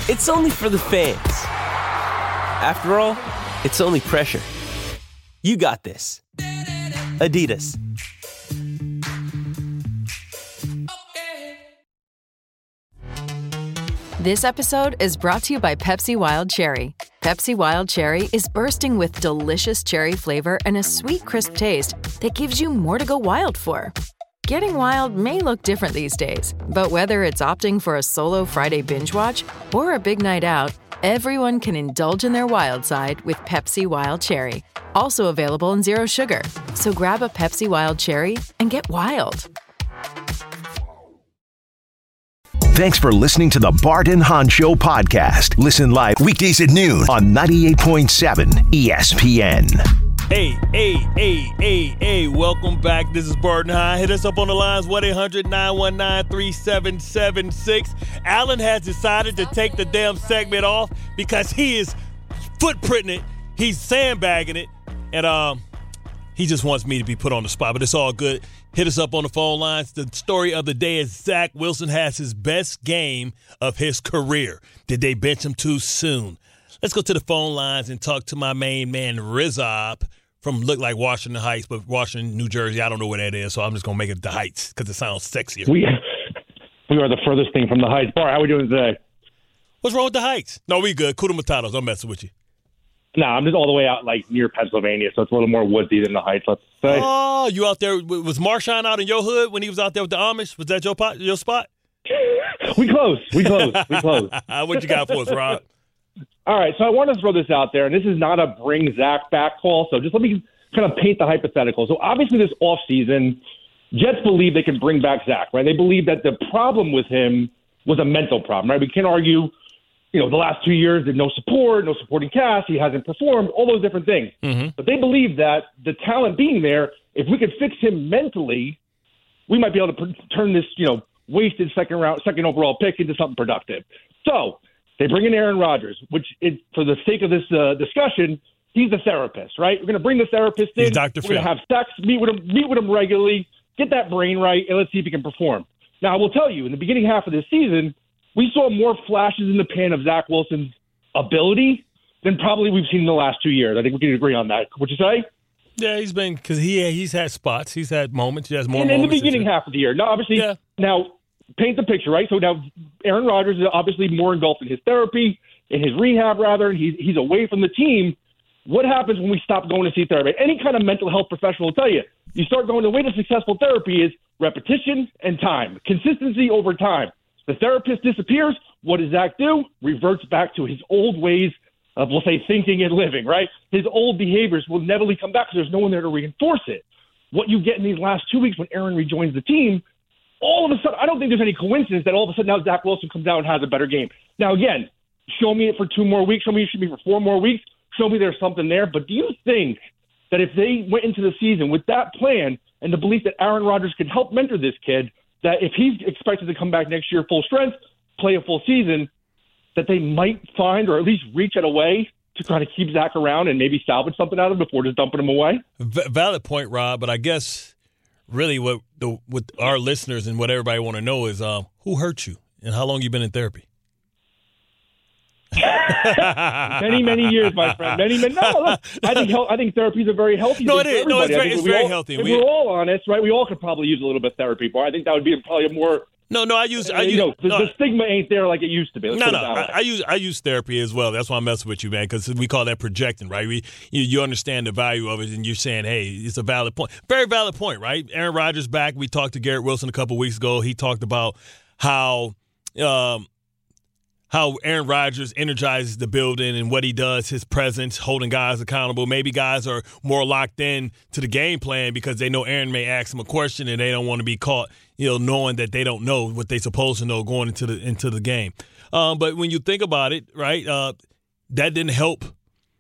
S5: It's only for the fans. After all, it's only pressure. You got this. Adidas.
S19: This episode is brought to you by Pepsi Wild Cherry. Pepsi Wild Cherry is bursting with delicious cherry flavor and a sweet, crisp taste that gives you more to go wild for. Getting wild may look different these days, but whether it's opting for a solo Friday binge watch or a big night out, everyone can indulge in their wild side with Pepsi Wild Cherry, also available in Zero Sugar. So grab a Pepsi Wild Cherry and get wild.
S1: Thanks for listening to the Bart and Han Show podcast. Listen live weekdays at noon on 98.7 ESPN.
S3: Hey, hey, hey, hey, hey, welcome back. This is Barton High. Hit us up on the lines 1 800 919 3776. Allen has decided to take the damn segment off because he is footprinting it, he's sandbagging it, and um, he just wants me to be put on the spot, but it's all good. Hit us up on the phone lines. The story of the day is Zach Wilson has his best game of his career. Did they bench him too soon? Let's go to the phone lines and talk to my main man Rizop from look like Washington Heights, but Washington, New Jersey. I don't know where that is, so I'm just gonna make it the Heights because it sounds sexier.
S21: We we are the furthest thing from the Heights. Bar, how are we doing today?
S3: What's wrong with the Heights? No, we good. Kuda Matados. I'm messing with you.
S21: No, I'm just all the way out like near Pennsylvania, so it's a little more woodsy than the Heights. Let's say.
S3: Oh, you out there? Was Marshawn out in your hood when he was out there with the Amish? Was that your pot, your spot?
S21: we close. We close. We close.
S3: what you got for us, Rob?
S21: All right, so I want to throw this out there, and this is not a bring Zach back call, so just let me kind of paint the hypothetical. So obviously this offseason, Jets believe they can bring back Zach, right? They believe that the problem with him was a mental problem, right? We can't argue, you know, the last two years, there's no support, no supporting cast, he hasn't performed, all those different things.
S3: Mm-hmm.
S21: But they believe that the talent being there, if we could fix him mentally, we might be able to pr- turn this, you know, wasted second round, second overall pick into something productive. So they bring in Aaron Rodgers, which, is, for the sake of this uh, discussion, he's a therapist, right? We're going to bring the therapist in.
S3: He's Dr.
S21: We're going
S3: Phil.
S21: to have sex, meet with him, meet with him regularly, get that brain right, and let's see if he can perform. Now, I will tell you, in the beginning half of this season, we saw more flashes in the pan of Zach Wilson's ability than probably we've seen in the last two years. I think we can agree on that. Would you say?
S3: Yeah, he's been because he he's had spots, he's had moments, he has more
S21: in, in the
S3: moments. than-
S21: beginning half of the year. Now, obviously, now paint the picture, right? So now Aaron Rodgers is obviously more engulfed in his therapy, in his rehab, rather. and He's he's away from the team. What happens when we stop going to see therapy? Any kind of mental health professional will tell you. You start going the way to successful therapy is repetition and time, consistency over time. The therapist disappears. What does Zach do? Reverts back to his old ways of, we'll say, thinking and living, right? His old behaviors will never come back because there's no one there to reinforce it what you get in these last two weeks when Aaron rejoins the team, all of a sudden, I don't think there's any coincidence that all of a sudden now Zach Wilson comes out and has a better game. Now, again, show me it for two more weeks. Show me it should be for four more weeks. Show me there's something there. But do you think that if they went into the season with that plan and the belief that Aaron Rodgers could help mentor this kid, that if he's expected to come back next year full strength, play a full season, that they might find or at least reach at a way to kind of keep Zach around and maybe salvage something out of him before just dumping him away?
S3: V- valid point, Rob. But I guess really what the what our listeners and what everybody want to know is um, who hurt you and how long you been in therapy.
S21: many, many years, my friend. Many, many. No, look, I think health, I think therapy is a very healthy.
S3: No,
S21: thing
S3: it
S21: for
S3: is. No, it's
S21: everybody. I
S3: very-
S21: think
S3: it's
S21: we
S3: very
S21: all-
S3: healthy.
S21: If
S3: We-
S21: we're all honest, right? We all could probably use a little bit of therapy, but I think that would be probably a more. Uh,
S3: No, no, I use. I use-
S21: you know, the,
S3: no.
S21: the stigma ain't there like it used to be. Let's
S3: No,
S21: put
S3: no,
S21: it that way.
S3: I, I use I use therapy as well. That's why I'm messing with you, man, because we call that projecting, right? We you, you understand the value of it, and you're saying, hey, it's a valid point, very valid point, right? Aaron Rodgers back. We talked to Garrett Wilson a couple weeks ago. He talked about how. Um, how Aaron Rodgers energizes the building and what he does, his presence, holding guys accountable. Maybe guys are more locked in to the game plan because they know Aaron may ask them a question and they don't want to be caught, you know, knowing that they don't know what they supposed to know going into the into the game. Um, but when you think about it, right, uh, that didn't help.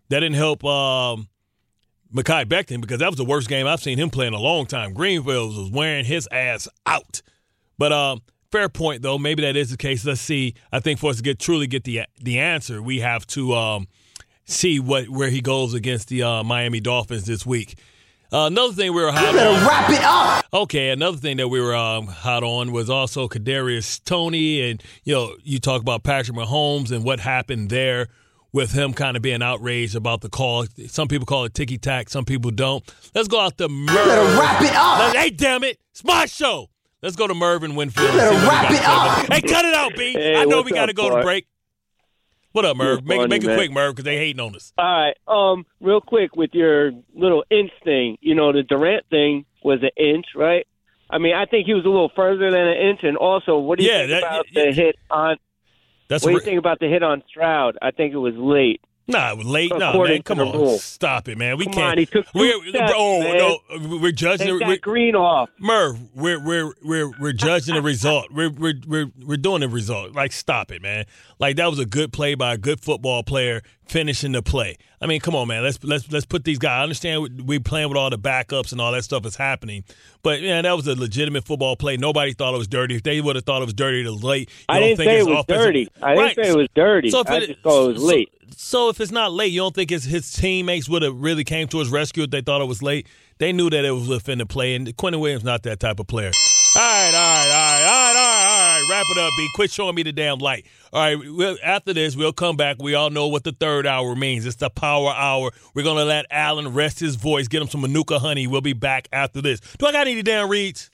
S3: That didn't help. Um, Makai Becton because that was the worst game I've seen him play in a long time. Greenfield was wearing his ass out. But um, fair point though. Maybe that is the case. Let's see. I think for us to get truly get the the answer, we have to um, see what where he goes against the uh, Miami Dolphins this week. Uh, another thing we were hot you better on. wrap it up. Okay, another thing that we were um, hot on was also Kadarius Tony, and you know you talk about Patrick Mahomes and what happened there with him kind of being outraged about the call. Some people call it ticky tack, some people don't. Let's go out to Merv. Better wrap it up. Hey, damn it, it's my show. Let's go to Mervin Winfield. and see what he
S7: wrap
S3: got
S7: it
S3: to say.
S7: up.
S3: Hey, cut it out, B. I
S7: Hey,
S3: know
S7: what's
S3: we got to
S7: up,
S3: go to
S7: boy?
S3: break. What up, Merv?
S7: You're
S3: Make, it-
S7: funny,
S3: make it
S7: man.
S3: quick, Merv, because they hating on us.
S7: All right. Um, real quick with your little inch thing, you know, the Durant thing was an inch, right? I mean, I think he was a little further than an inch, and also, what do you
S3: Yeah,
S7: think
S3: that-
S7: about the hit on?
S3: That's
S7: what do you
S3: re-
S7: think about the hit on Stroud? I think it was late.
S3: Nah, late. Nah,
S7: According
S3: man, come
S7: to the
S3: on,
S7: rule.
S3: stop it, man. We
S7: Come
S3: can't.
S7: on, he took two
S3: we're,
S7: steps,
S3: oh
S7: man.
S3: no, we're judging.
S7: Take that
S3: we're,
S7: green off,
S3: Merv. We're we're we're we're judging the result. We're we're we're we're doing the result. Like, stop it, man. Like that was a good play by a good football player finishing the play. I mean, come on, man. Let's let's let's put these guys. I understand we're playing with all the backups and all that stuff is happening, but yeah, that was a legitimate football play. Nobody thought it was dirty. If they would have thought it was dirty, it was late. You
S7: I
S3: don't
S7: didn't
S3: think
S7: say
S3: it's
S7: it was
S3: offensive-
S7: dirty. I didn't
S3: Right.
S7: say it was dirty. I just thought it was
S3: so-
S7: late.
S3: So if it's not late, you don't think his, his teammates would have really came to his rescue if they thought it was late? They knew that it was within the play, and Quentin Williams not that type of player. All right, all right, all right, all right, all right, all right. Wrap it up, B. Quit showing me the damn light. All right, we'll, after this, we'll come back. We all know what the third hour means. It's the power hour. We're going to let Allen rest his voice, get him some Manuka honey. We'll be back after this. Do I got any damn reads?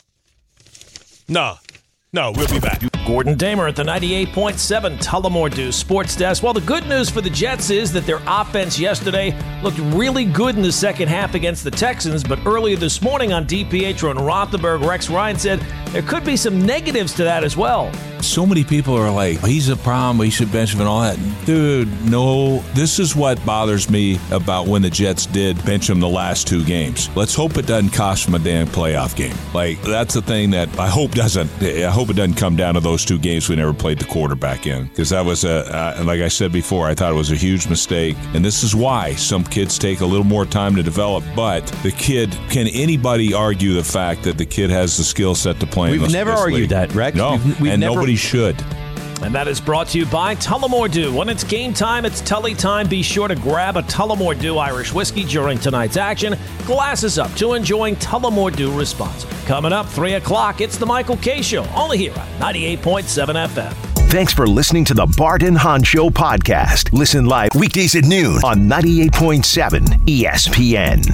S3: No. No, we'll be back.
S9: Gordon Damer at the 98.7 Tullamore Dew Sports Desk. Well, the good news for the Jets is that their offense yesterday looked really good in the second half against the Texans, but earlier this morning on DPetro and Rothenberg, Rex Ryan said there could be some negatives to that as well.
S10: So many people are like, he's a problem, he should bench him and all that. Dude, no. This is what bothers me about when the Jets did bench him the last two games. Let's hope it doesn't cost him a damn playoff game. Like, that's the thing that I hope doesn't. I hope it doesn't come down to those two games we never played the quarterback in. Because that was a, uh, like I said before, I thought it was a huge mistake. And this is why some kids take a little more time to develop. But the kid, can anybody argue the fact that the kid has the skill set to play in
S9: We've
S10: this-
S9: never
S10: this
S9: argued
S10: league?
S9: that, Rex.
S10: No,
S9: We've- we've
S10: and
S9: never-
S10: nobody should.
S9: And that is brought to you by Tullamore Dew. When it's game time, it's Tully time. Be sure to grab a Tullamore Dew Irish whiskey during tonight's action. Glasses up to enjoying Tullamore Dew responsibly. Coming up, 3 o'clock, it's the Michael K. Show, only here on 98.7 FM.
S1: Thanks for listening to the Bart and Han Show E podcast. Listen live weekdays at noon on 98.7 ESPN.